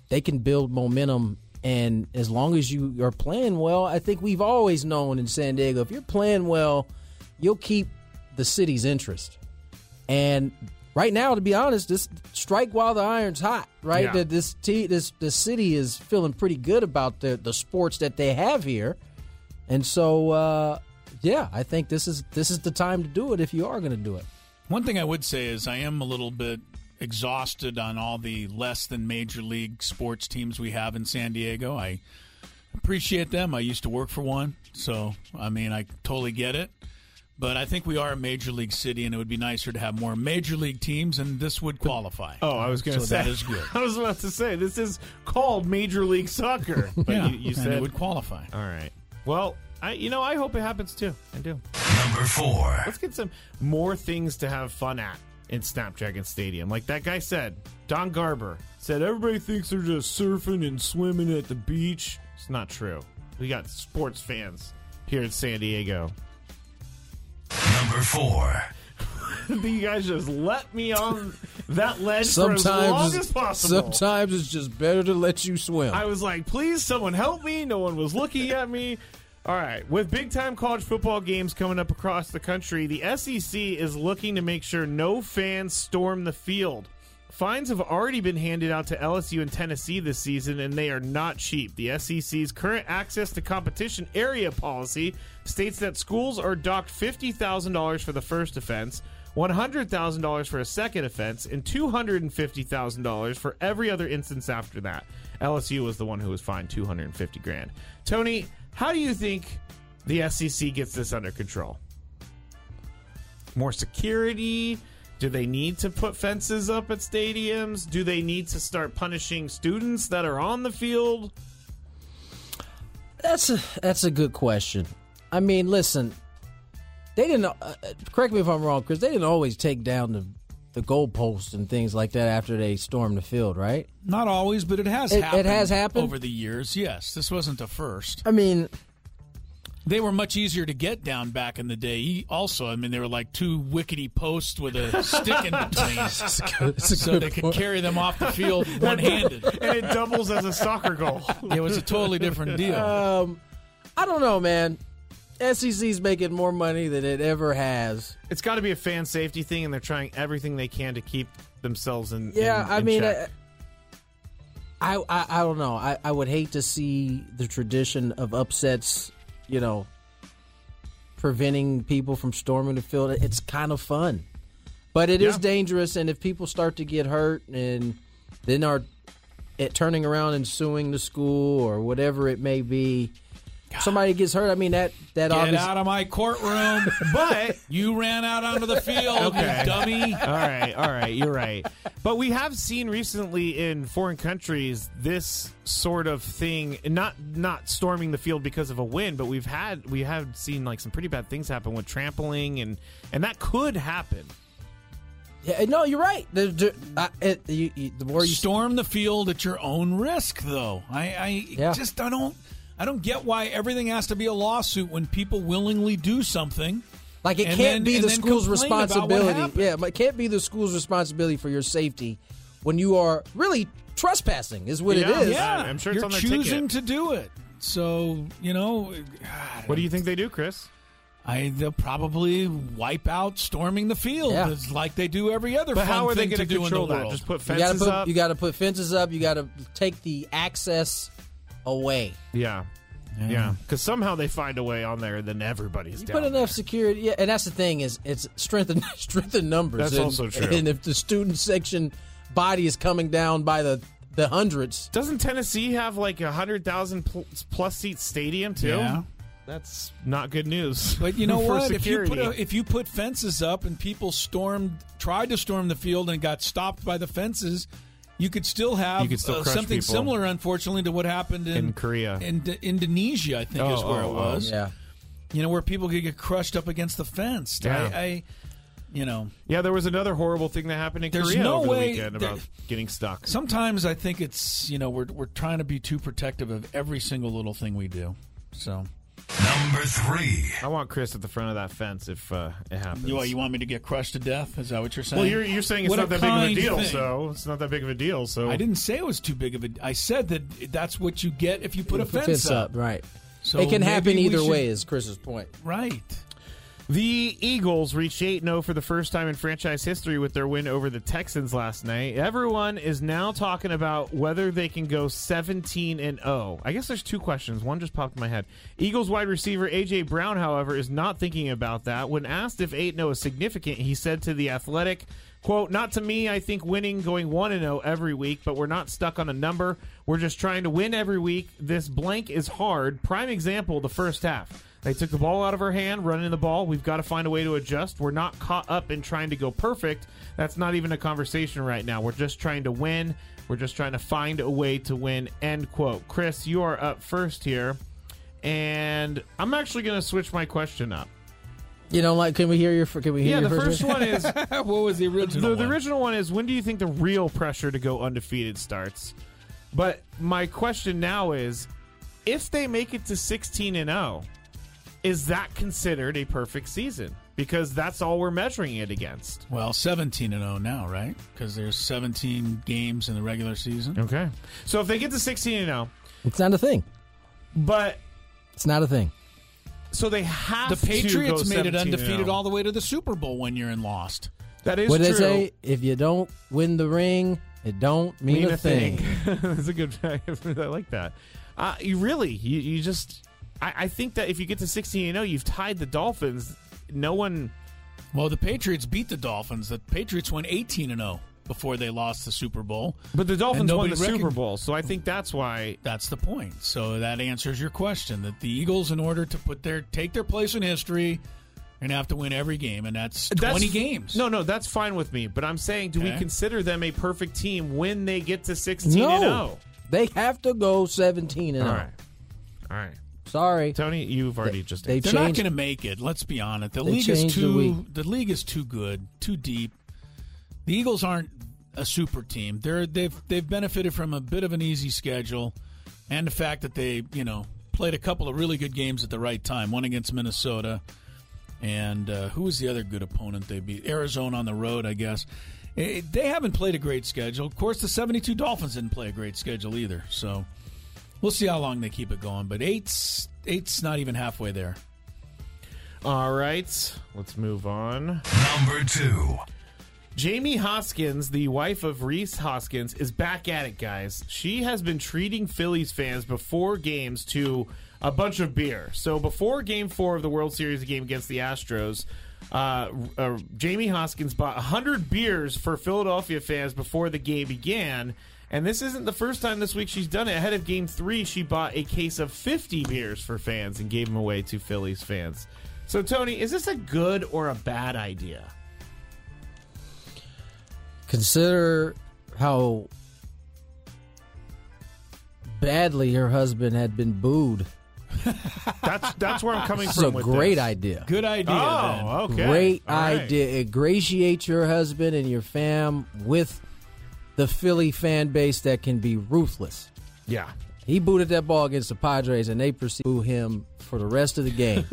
Speaker 5: they can build momentum, and as long as you are playing well, I think we've always known in San Diego if you're playing well, you'll keep the city's interest. And right now, to be honest, this strike while the iron's hot, right?
Speaker 14: Yeah.
Speaker 5: That this te- this the city is feeling pretty good about the the sports that they have here, and so uh, yeah, I think this is this is the time to do it if you are going to do it.
Speaker 3: One thing I would say is I am a little bit exhausted on all the less than major league sports teams we have in San Diego. I appreciate them. I used to work for one, so I mean I totally get it. But I think we are a major league city, and it would be nicer to have more major league teams, and this would qualify.
Speaker 4: Oh, I was going to
Speaker 3: so
Speaker 4: say
Speaker 3: that is good.
Speaker 4: *laughs* I was about to say this is called Major League Soccer, but
Speaker 3: *laughs* Yeah,
Speaker 4: you, you
Speaker 3: and
Speaker 4: said
Speaker 3: it would qualify.
Speaker 4: All right. Well, I you know I hope it happens too. I do.
Speaker 2: Number four.
Speaker 4: Let's get some more things to have fun at in Snapdragon Stadium. Like that guy said, Don Garber said, everybody thinks they're just surfing and swimming at the beach. It's not true. We got sports fans here in San Diego. *laughs*
Speaker 2: Number four.
Speaker 4: you guys just let me on that ledge
Speaker 5: Sometimes,
Speaker 4: for as long
Speaker 5: it's-
Speaker 4: as possible.
Speaker 5: sometimes it's just better to let you swim.
Speaker 4: I was like, please, someone help me. No one was looking at me. All right. With big time college football games coming up across the country, the SEC is looking to make sure no fans storm the field. Fines have already been handed out to LSU and Tennessee this season, and they are not cheap. The SEC's current access to competition area policy states that schools are docked $50,000 for the first offense. $100,000 for a second offense and $250,000 for every other instance after that. LSU was the one who was fined 250 grand. Tony, how do you think the SEC gets this under control? More security? Do they need to put fences up at stadiums? Do they need to start punishing students that are on the field?
Speaker 5: That's a that's a good question. I mean, listen, they didn't. Uh, uh, correct me if I'm wrong, Chris. They didn't always take down the the goalposts and things like that after they stormed the field, right?
Speaker 3: Not always, but it has
Speaker 5: It- it
Speaker 3: happened.
Speaker 5: has happened?
Speaker 3: over the years. Yes, this wasn't the first.
Speaker 5: I mean,
Speaker 3: They were much easier to get down back in the day. He- Also, I mean, they were like two wickety posts with a stick in between,
Speaker 5: *laughs* That's a good- that's a
Speaker 3: so
Speaker 5: good
Speaker 3: they could
Speaker 5: point.
Speaker 3: carry them off the field one-handed.
Speaker 5: *laughs*
Speaker 4: and it doubles as a soccer goal. *laughs*
Speaker 3: It was a totally different deal.
Speaker 5: *laughs* Um, I don't know, man. SEC's making more money than it ever has.
Speaker 4: It's got to be a fan safety thing, and they're trying everything they can to keep themselves in.
Speaker 5: Yeah,
Speaker 4: in-
Speaker 5: I
Speaker 4: in
Speaker 5: mean, uh,
Speaker 4: check.
Speaker 5: I, *laughs* I, I, I don't know. I, I would hate to see the tradition of upsets, you know, preventing people from storming the field. It's kind of fun, but it is dangerous. And if people start to get hurt and then are it turning around and suing the school or whatever it may be, somebody gets hurt, I mean that that
Speaker 3: Get
Speaker 5: obviously
Speaker 3: out of my courtroom.
Speaker 4: but
Speaker 3: you ran out onto the field,
Speaker 4: okay.
Speaker 3: you dummy.
Speaker 4: all right, all right, you're right. But we have seen recently in foreign countries this sort of thing. Not not storming the field because of a win, but we've had we have seen like some pretty bad things happen with trampling and and that could happen.
Speaker 5: Yeah, no, you're right. The, the, I- it, you, you, the more you
Speaker 3: storm the field at your own risk, though. I, I just I don't I don't get why everything has to be a lawsuit when people willingly do something.
Speaker 5: Like it
Speaker 3: and then-
Speaker 5: can't be
Speaker 3: and
Speaker 5: the
Speaker 3: then
Speaker 5: school's
Speaker 3: complain about what
Speaker 5: responsibility.
Speaker 3: happened.
Speaker 5: Yeah, but it can't be the school's responsibility for your safety when you are really trespassing is what
Speaker 3: yeah,
Speaker 5: it is.
Speaker 3: Yeah, You're choosing to do it. So you know,
Speaker 4: what do you think they do, Chris?
Speaker 3: I they'll probably wipe out storming the field
Speaker 5: Yeah.
Speaker 3: it's like they do every other.
Speaker 5: But
Speaker 3: fun
Speaker 5: how are they
Speaker 3: thing to
Speaker 5: gonna
Speaker 3: do in
Speaker 5: control
Speaker 3: the
Speaker 5: that?
Speaker 3: world.
Speaker 4: Just put
Speaker 5: You gotta put- You got to put fences up. You got to take the access away.
Speaker 4: Yeah, yeah, because somehow they find a way on there, and then everybody's down.
Speaker 5: Put enough security, yeah, and that's the thing is it's strength in *laughs* strength in numbers.
Speaker 4: That's
Speaker 5: and,
Speaker 4: also true.
Speaker 5: And if the student section body is coming down by the the hundreds,
Speaker 4: Doesn't Tennessee have like a hundred thousand pl- plus seat stadium too?
Speaker 3: Yeah.
Speaker 4: that's not good news.
Speaker 3: But you
Speaker 4: *laughs*
Speaker 3: know
Speaker 4: for
Speaker 3: what? If you,
Speaker 4: Security.
Speaker 3: put a, if you put fences up and people stormed, tried to storm the field and got stopped by the fences, you could still have uh,
Speaker 4: You could still crush
Speaker 3: something
Speaker 4: people.
Speaker 3: similar, unfortunately, to what happened in,
Speaker 4: In Korea.
Speaker 3: in D- Indonesia, I think
Speaker 4: Oh,
Speaker 3: is where
Speaker 4: oh,
Speaker 3: it
Speaker 4: oh.
Speaker 3: was.
Speaker 4: Yeah.
Speaker 3: you know where people could get crushed up against the fence.
Speaker 4: Yeah.
Speaker 3: I, I, you know,
Speaker 4: yeah, there was another horrible thing that happened in
Speaker 3: There's
Speaker 4: Korea
Speaker 3: no
Speaker 4: over
Speaker 3: way
Speaker 4: the weekend
Speaker 3: there-
Speaker 4: about getting stuck.
Speaker 3: sometimes I think it's you know we're we're trying to be too protective of every single little thing we do. So
Speaker 4: Number three, I want Chris at the front of that fence if uh, it happens.
Speaker 3: you, you want me to get crushed to death? Is that what you're saying?
Speaker 4: well, you're, you're saying it's
Speaker 3: What
Speaker 4: not that big of a
Speaker 3: kind
Speaker 4: deal,
Speaker 3: thing.
Speaker 4: so it's not that big of a deal. So
Speaker 3: I didn't say it was too big of a. I said that that's what you get if you put a fence, up.
Speaker 5: right?
Speaker 3: So
Speaker 5: it can
Speaker 3: maybe
Speaker 5: happen
Speaker 3: we
Speaker 5: either
Speaker 3: should-
Speaker 5: way. Is Chris's point?
Speaker 3: Right.
Speaker 4: The Eagles reached 8 0 for the first time in franchise history with their win over the Texans last night. Everyone is now talking about whether they can go 17 and 0. I guess there's two questions. One just popped in my head. Eagles wide receiver A.J. Brown, however, is not thinking about that. When asked if 8 0 is significant, he said to The Athletic, Quote, not to me, I think winning going 1 and 0 every week, but we're not stuck on a number. We're just trying to win every week. This blank is hard. Prime example, the first half. They took the ball out of our hand, running the ball. We've got to find a way to adjust. We're not caught up in trying to go perfect. That's not even a conversation right now. We're just trying to win. We're just trying to find a way to win. End quote. Chris, you are up first here. And I'm actually going to switch my question up.
Speaker 5: You know, like can we hear your? Can we hear
Speaker 4: Yeah,
Speaker 5: your
Speaker 4: the first
Speaker 5: one?
Speaker 4: one
Speaker 5: *laughs*
Speaker 4: is
Speaker 3: *laughs* what was the original?
Speaker 4: The, original one is when do you think the real pressure to go undefeated starts? But my question now is, if they make it to sixteen and zero, is that considered a perfect season? Because that's all we're measuring it against.
Speaker 3: Well, 17 and 0 now, right? Because there's 17 games in the regular season.
Speaker 4: Okay. So if they get to sixteen and zero,
Speaker 5: It's not a thing.
Speaker 4: But
Speaker 5: It's not a thing.
Speaker 4: so they have
Speaker 3: The
Speaker 4: to go
Speaker 3: Patriots made it
Speaker 4: 17 and oh.
Speaker 3: undefeated
Speaker 4: 0.
Speaker 3: all the way to the Super Bowl one year and lost.
Speaker 4: That
Speaker 5: What they say? If you don't win the ring, it don't mean, a, thing.
Speaker 4: *laughs* That's a good. *laughs* I like that. Uh, you really, you, you just. I, I think that if you get to sixteen and zero, you've tied the Dolphins. No one.
Speaker 3: Well, the Patriots beat the Dolphins. The Patriots went 18 and 0 before they lost the Super Bowl.
Speaker 4: But the
Speaker 3: And
Speaker 4: Dolphins won
Speaker 3: nobody
Speaker 4: the
Speaker 3: recog-
Speaker 4: Super Bowl, so I think that's why.
Speaker 3: That's the point. So that answers your question that the Eagles, in order to put their take their place in history, are gonna have to win every game, and that's 20 games.
Speaker 4: No, no, that's fine with me. But I'm saying, do we
Speaker 3: Okay.
Speaker 4: consider them a perfect team when they get to sixteen and oh?
Speaker 5: No,
Speaker 4: zero?
Speaker 5: they have to go seventeen and
Speaker 4: All
Speaker 5: zero.
Speaker 4: right. All right.
Speaker 5: Sorry,
Speaker 4: Tony, you've already just.
Speaker 5: They've
Speaker 3: They're not
Speaker 5: changed.
Speaker 3: going to make it. Let's be honest. The
Speaker 5: They
Speaker 3: league is
Speaker 5: changed the
Speaker 3: too.
Speaker 5: league.
Speaker 3: The, league is too good, too deep. The Eagles aren't a super team. They're they've they've benefited from a bit of an easy schedule, and the fact that they you know played a couple of really good games at the right time. One against Minnesota, and uh, who was the other good opponent they beat? Arizona on the road, I guess. It- they haven't played a great schedule. Of course, the seventy-two Dolphins didn't play a great schedule either. So. We'll see how long they keep it going, but eight's eight's not even halfway there.
Speaker 4: All right, let's move on. Number two. Jamie Hoskins, the wife of Reese Hoskins, is back at it, guys. She has been treating Phillies fans before games to a bunch of beer. So before Game Four of the World Series game against the Astros, uh, uh, Jamie Hoskins bought 100 beers for Philadelphia fans before the game began. And this isn't the first time this week she's done it. Ahead of game three, she bought a case of 50 beers for fans and gave them away to Phillies fans. So, Tony, is this a good or a bad idea?
Speaker 5: Consider how badly her husband had been booed.
Speaker 4: That's that's where I'm coming
Speaker 5: This is
Speaker 4: from.
Speaker 5: a
Speaker 4: with
Speaker 5: great
Speaker 4: this.
Speaker 5: idea.
Speaker 3: Good idea.
Speaker 4: Oh, okay.
Speaker 5: Great
Speaker 4: All right.
Speaker 5: idea. Ingratiate your husband and your fam with the Philly fan base that can be ruthless.
Speaker 4: Yeah.
Speaker 5: He booted that ball against the Padres, and they pursued him for the rest of
Speaker 4: *laughs*
Speaker 5: the game,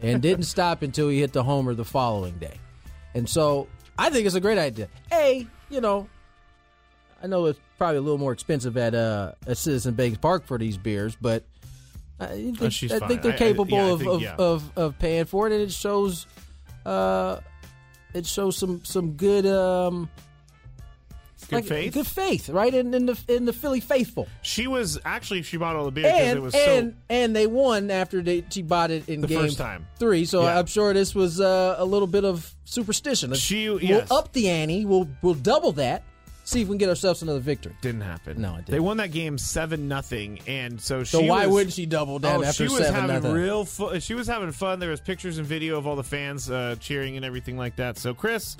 Speaker 5: and didn't stop until he hit the homer the following day. And so, I think it's a great idea. A, you know, I know it's probably a little more expensive at uh, at Citizen Banks Park for these beers, but I think,
Speaker 4: Oh, she's
Speaker 5: I
Speaker 4: fine.
Speaker 5: think they're
Speaker 4: I- I-
Speaker 5: capable
Speaker 4: yeah, I
Speaker 5: of,
Speaker 4: think-
Speaker 5: of,
Speaker 4: yeah.
Speaker 5: of of paying for it, and it shows, uh, it shows some some good um,
Speaker 4: Good faith?
Speaker 5: good faith, right? In, in the in the Philly faithful,
Speaker 4: She was actually she bought all the beer because
Speaker 5: and
Speaker 4: it was
Speaker 5: and
Speaker 4: so.
Speaker 5: and they won after they she bought it in
Speaker 4: The
Speaker 5: game
Speaker 4: first time.
Speaker 5: three. So
Speaker 4: Yeah.
Speaker 5: I'm sure this was uh, a little bit of superstition.
Speaker 4: She-
Speaker 5: we'll
Speaker 4: yes.
Speaker 5: up the ante. We'll we'll double that. See if we can get ourselves another victory.
Speaker 4: Didn't happen.
Speaker 5: No, it didn't.
Speaker 4: They won that game seven nothing, and so she.
Speaker 5: So why
Speaker 4: was-
Speaker 5: wouldn't she double down
Speaker 4: Oh,
Speaker 5: after
Speaker 4: she was
Speaker 5: seven
Speaker 4: having
Speaker 5: nothing?
Speaker 4: real fu- She was having fun. There was pictures and video of all the fans uh, cheering and everything like that. So, Chris,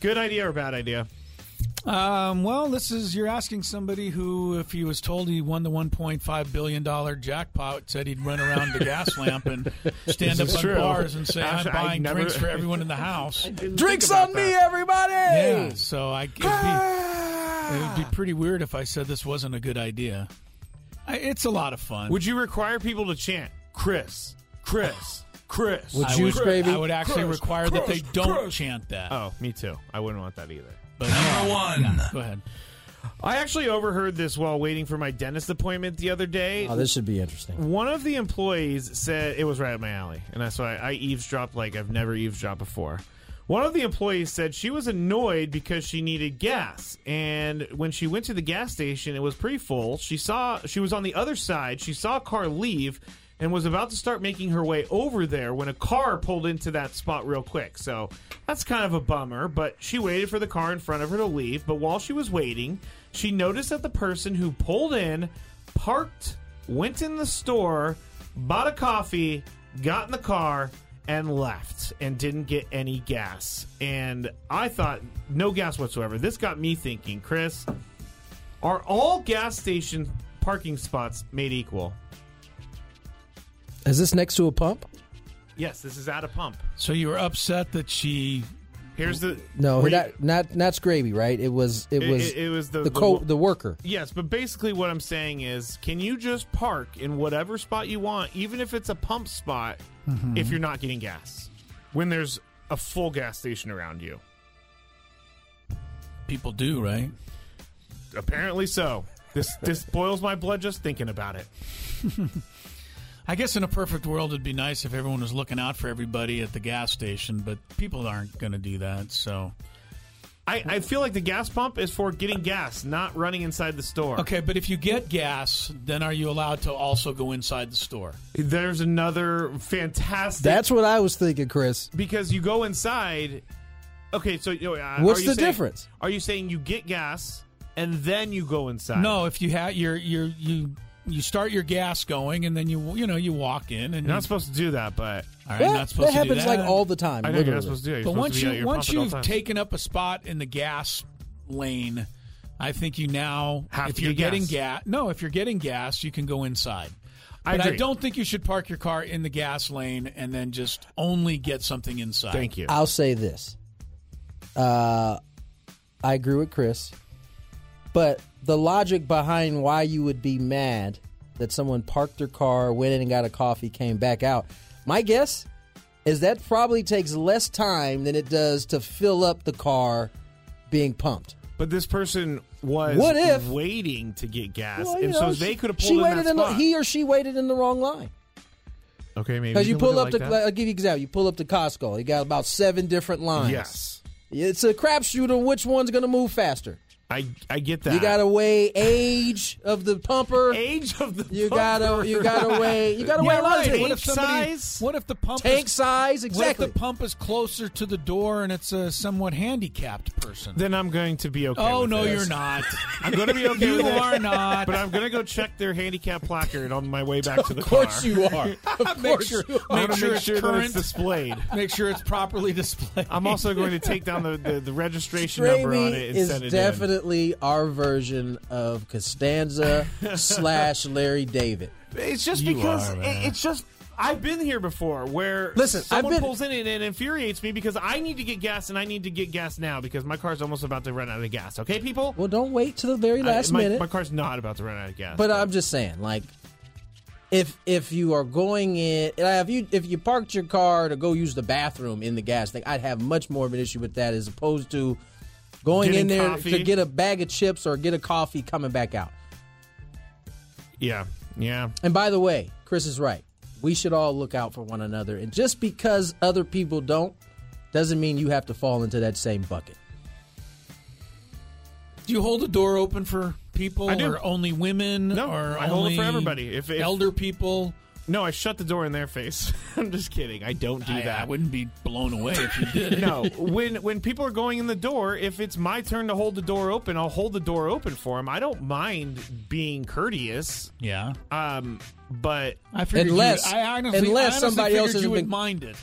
Speaker 4: good idea or bad idea?
Speaker 3: Um, well, this is you're asking somebody who, if he was told he won the 1.5 billion dollar jackpot, said he'd run around the gas
Speaker 4: *laughs*
Speaker 3: lamp and stand
Speaker 4: This
Speaker 3: up
Speaker 4: is
Speaker 3: on
Speaker 4: true.
Speaker 3: bars and say,
Speaker 4: Actually, I
Speaker 3: "I'm buying
Speaker 4: never-
Speaker 3: drinks for everyone in
Speaker 4: *laughs*
Speaker 3: the house."
Speaker 5: Drinks on me, everybody!
Speaker 3: Yeah, so I it'd be,
Speaker 4: Ah.
Speaker 3: it would be pretty weird if I said this wasn't a good idea. I, it's a lot of fun.
Speaker 4: Would you require people to chant Chris, Chris, Chris?
Speaker 3: Would
Speaker 4: I
Speaker 3: you, baby? I would actually require that they don't chant that.
Speaker 4: Oh, me too. I wouldn't want that either.
Speaker 3: Number one. go ahead.
Speaker 4: I actually overheard this while waiting for my dentist appointment the other day.
Speaker 5: Oh, this should be interesting.
Speaker 4: One of the employees said it was right up my alley, and that's why I eavesdropped like I've never eavesdropped before. One of the employees said she was annoyed because she needed gas, and when she went to the gas station, it was pretty full. She saw she was on the other side. She saw a car leave and was about to start making her way over there when a car pulled into that spot real quick. So that's kind of a bummer, but she waited for the car in front of her to leave. But while she was waiting, she noticed that the person who pulled in parked, went in the store, bought a coffee, got in the car, and left and didn't get any gas. And I thought, no gas whatsoever. This got me thinking, Chris, are all gas station parking spots made equal?
Speaker 5: Is this next to a pump?
Speaker 4: Yes, this is at a pump.
Speaker 3: So you were upset that she.
Speaker 4: Here's the
Speaker 5: No,
Speaker 4: Were you-
Speaker 5: not not not Scraby, right? It was it was
Speaker 4: it, it was the
Speaker 5: the co- the worker.
Speaker 4: Yes, but basically what I'm saying is, can you just park in whatever spot you want, even if it's a pump spot,
Speaker 5: Mhm.
Speaker 4: if you're not getting gas when there's a full gas station around you?
Speaker 3: People do, right?
Speaker 4: Apparently so. This this boils my blood just thinking about it.
Speaker 3: I guess in a perfect world, it'd be nice if everyone was looking out for everybody at the gas station, but people aren't going to do that. So
Speaker 4: I, I feel like the gas pump is for getting gas, not running inside the store.
Speaker 3: okay, but if you get gas, then are you allowed to also go inside the store?
Speaker 4: There's another fantastic.
Speaker 5: That's what I was thinking, Chris.
Speaker 4: because you go inside. Okay, so you know, uh,
Speaker 5: What's
Speaker 4: are you
Speaker 5: the
Speaker 4: saying-
Speaker 5: difference?
Speaker 4: Are you saying you get gas and then you go inside?
Speaker 3: No, if you have your your you you start your gas going, and then you you know you walk in, and
Speaker 4: You're
Speaker 3: you-
Speaker 4: not supposed to do that, but
Speaker 3: All right, you're not supposed
Speaker 5: that
Speaker 3: to do
Speaker 5: happens like
Speaker 3: that.
Speaker 5: all the time.
Speaker 4: I know you're not
Speaker 5: literally.
Speaker 4: supposed to do that. You're
Speaker 3: but
Speaker 4: supposed to
Speaker 3: once
Speaker 4: be at
Speaker 3: you
Speaker 4: your
Speaker 3: once
Speaker 4: pump at all
Speaker 3: you've
Speaker 4: times.
Speaker 3: taken up a spot in the gas lane, I think you now
Speaker 4: Have
Speaker 3: if
Speaker 4: to
Speaker 3: you're
Speaker 4: get
Speaker 3: getting
Speaker 4: gas.
Speaker 3: gas. No, if you're getting gas, you can go inside.
Speaker 4: I
Speaker 3: But I,
Speaker 4: agree.
Speaker 3: don't think you should park your car in the gas lane and then just only get something inside.
Speaker 4: Thank you.
Speaker 5: I'll say this. Uh, I agree with Chris, but the logic behind why you would be mad that someone parked their car, went in and got a coffee, came back out. My guess is that probably takes less time than it does to fill up the car being pumped.
Speaker 4: But this person was
Speaker 5: What if-
Speaker 4: waiting to get gas,
Speaker 5: Well, you
Speaker 4: and
Speaker 5: know,
Speaker 4: so they
Speaker 5: she-
Speaker 4: could have
Speaker 5: she
Speaker 4: pulled in
Speaker 5: waited
Speaker 4: that
Speaker 5: in the,
Speaker 4: spot.
Speaker 5: he or she waited in the wrong line.
Speaker 4: okay, maybe
Speaker 5: Because you
Speaker 4: can look
Speaker 5: pull up
Speaker 4: at it
Speaker 5: to,
Speaker 4: like that.
Speaker 5: I'll give you an example. You pull up to Costco. You got about seven different lines.
Speaker 4: Yes.
Speaker 5: It's a crapshoot on which one's going to move faster.
Speaker 4: I I get that.
Speaker 5: You gotta weigh age of the pumper.
Speaker 4: *laughs* Age of the
Speaker 5: you gotta you
Speaker 4: *laughs*
Speaker 5: gotta weigh you gotta
Speaker 3: Yeah,
Speaker 5: weigh a lot
Speaker 3: right.
Speaker 5: of things.
Speaker 3: What if somebody- What if the pump
Speaker 5: Tank
Speaker 3: is,
Speaker 5: size, exactly.
Speaker 3: What if the pump is closer to the door and it's a somewhat handicapped person?
Speaker 4: Then I'm going to be okay.
Speaker 3: Oh,
Speaker 4: with
Speaker 3: no,
Speaker 4: this.
Speaker 3: you're not.
Speaker 4: *laughs* I'm going to be okay.
Speaker 3: You
Speaker 4: with it,
Speaker 3: are not.
Speaker 4: But
Speaker 3: *laughs*
Speaker 4: I'm going to go check their handicap placard on my way
Speaker 5: *laughs*
Speaker 4: back to the
Speaker 3: Of
Speaker 4: car.
Speaker 3: course you are.
Speaker 4: *laughs*
Speaker 3: Of
Speaker 4: make
Speaker 3: course
Speaker 4: sure,
Speaker 3: you are.
Speaker 4: I'm gonna
Speaker 3: Make sure
Speaker 4: make
Speaker 3: it's
Speaker 4: sure that
Speaker 5: *laughs*
Speaker 4: it's
Speaker 3: current.
Speaker 4: displayed.
Speaker 3: Make sure it's properly displayed.
Speaker 4: I'm also going to take down the, the, the registration
Speaker 5: Stray
Speaker 4: number on it and
Speaker 5: is
Speaker 4: send it
Speaker 5: definitely our version
Speaker 4: *laughs*
Speaker 5: of Costanza slash Larry David.
Speaker 4: in. It's just
Speaker 5: You
Speaker 4: because
Speaker 5: are,
Speaker 4: it-
Speaker 5: man.
Speaker 4: it's just I've been here before where
Speaker 5: Listen, I've
Speaker 4: someone
Speaker 5: been-
Speaker 4: pulls in and it infuriates me because I need to get gas and I need to get gas now because my car's almost about to run out of gas. Okay, people.
Speaker 5: Well, don't wait to the very
Speaker 4: I-
Speaker 5: last
Speaker 4: my,
Speaker 5: minute.
Speaker 4: My car's not about to run out of gas.
Speaker 5: But I'm just saying, like, if if you are going in, and I- if you if you parked your car to go use the bathroom in the gas tank, I'd have much more of an issue with that as opposed to going
Speaker 4: Getting
Speaker 5: in there
Speaker 4: coffee.
Speaker 5: to get a bag of chips or get a coffee coming back out.
Speaker 4: yeah, yeah.
Speaker 5: And by the way, Chris is right. We should all look out for one another, and just because other people don't, doesn't mean you have to fall into that same bucket.
Speaker 3: Do you hold the door open for people
Speaker 4: I do.
Speaker 3: or only women?
Speaker 4: No,
Speaker 3: or
Speaker 4: I hold it for
Speaker 3: only
Speaker 4: everybody. If, if
Speaker 3: elder people,
Speaker 4: no, I shut the door in their face. *laughs* I'm just kidding. I don't do
Speaker 3: I-
Speaker 4: that.
Speaker 3: I wouldn't be blown away if
Speaker 4: *laughs*
Speaker 3: you did.
Speaker 4: no, when when people are going in the door, if it's my turn to hold the door open, I'll hold the door open for them. I don't mind being courteous.
Speaker 3: Yeah.
Speaker 4: Um, but
Speaker 3: I figured you-
Speaker 5: Unless-
Speaker 3: I honestly,
Speaker 5: unless
Speaker 3: I honestly
Speaker 5: somebody
Speaker 3: figured
Speaker 5: else has
Speaker 3: you would
Speaker 5: been-
Speaker 3: mind it,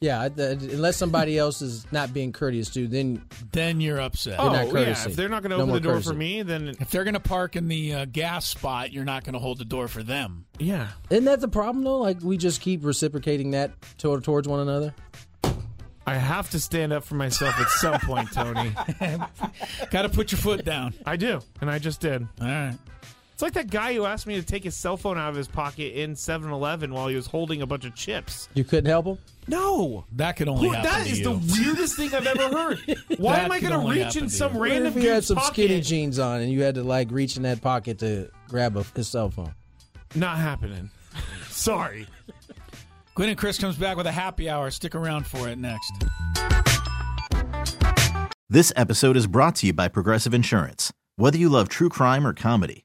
Speaker 5: Yeah, I- th- unless somebody else is not being courteous to, then
Speaker 3: then you're upset.
Speaker 5: They're
Speaker 4: oh
Speaker 5: not
Speaker 4: yeah,
Speaker 5: courtesy.
Speaker 4: if they're not going to
Speaker 5: No
Speaker 4: open
Speaker 5: more
Speaker 4: the door
Speaker 5: courtesy.
Speaker 4: for me, then
Speaker 3: If they're going to park in the uh, gas spot, you're not going to hold the door for them.
Speaker 4: yeah,
Speaker 5: Isn't that the problem though? Like we just keep reciprocating that to- towards one another.
Speaker 4: I have to stand up for myself at
Speaker 5: *laughs*
Speaker 4: some point, Tony.
Speaker 3: Got to put your foot down.
Speaker 4: I do, and I just did.
Speaker 3: All right.
Speaker 4: It's like that guy who asked me to take his cell phone out of his pocket in 7-Eleven while he was holding a bunch of chips.
Speaker 5: You couldn't help him.
Speaker 4: No,
Speaker 3: that could only
Speaker 4: Who-
Speaker 3: happen
Speaker 4: that
Speaker 3: to
Speaker 4: is
Speaker 3: you.
Speaker 4: the weirdest thing I've ever heard.
Speaker 5: *laughs*
Speaker 4: Why
Speaker 3: That
Speaker 4: am I
Speaker 3: could
Speaker 4: going to
Speaker 3: only
Speaker 4: reach
Speaker 3: happen
Speaker 4: in
Speaker 3: to
Speaker 4: some
Speaker 3: you.
Speaker 4: random
Speaker 5: What if you had
Speaker 4: dude's
Speaker 5: some
Speaker 4: pocket?
Speaker 5: skinny jeans on and you had to like reach in that pocket to grab a, his cell phone?
Speaker 4: Not happening. *laughs* Sorry.
Speaker 3: Gwen and Chris comes back with a happy hour. Stick around for it next.
Speaker 9: This episode is brought to you by Progressive Insurance. Whether you love true crime or comedy,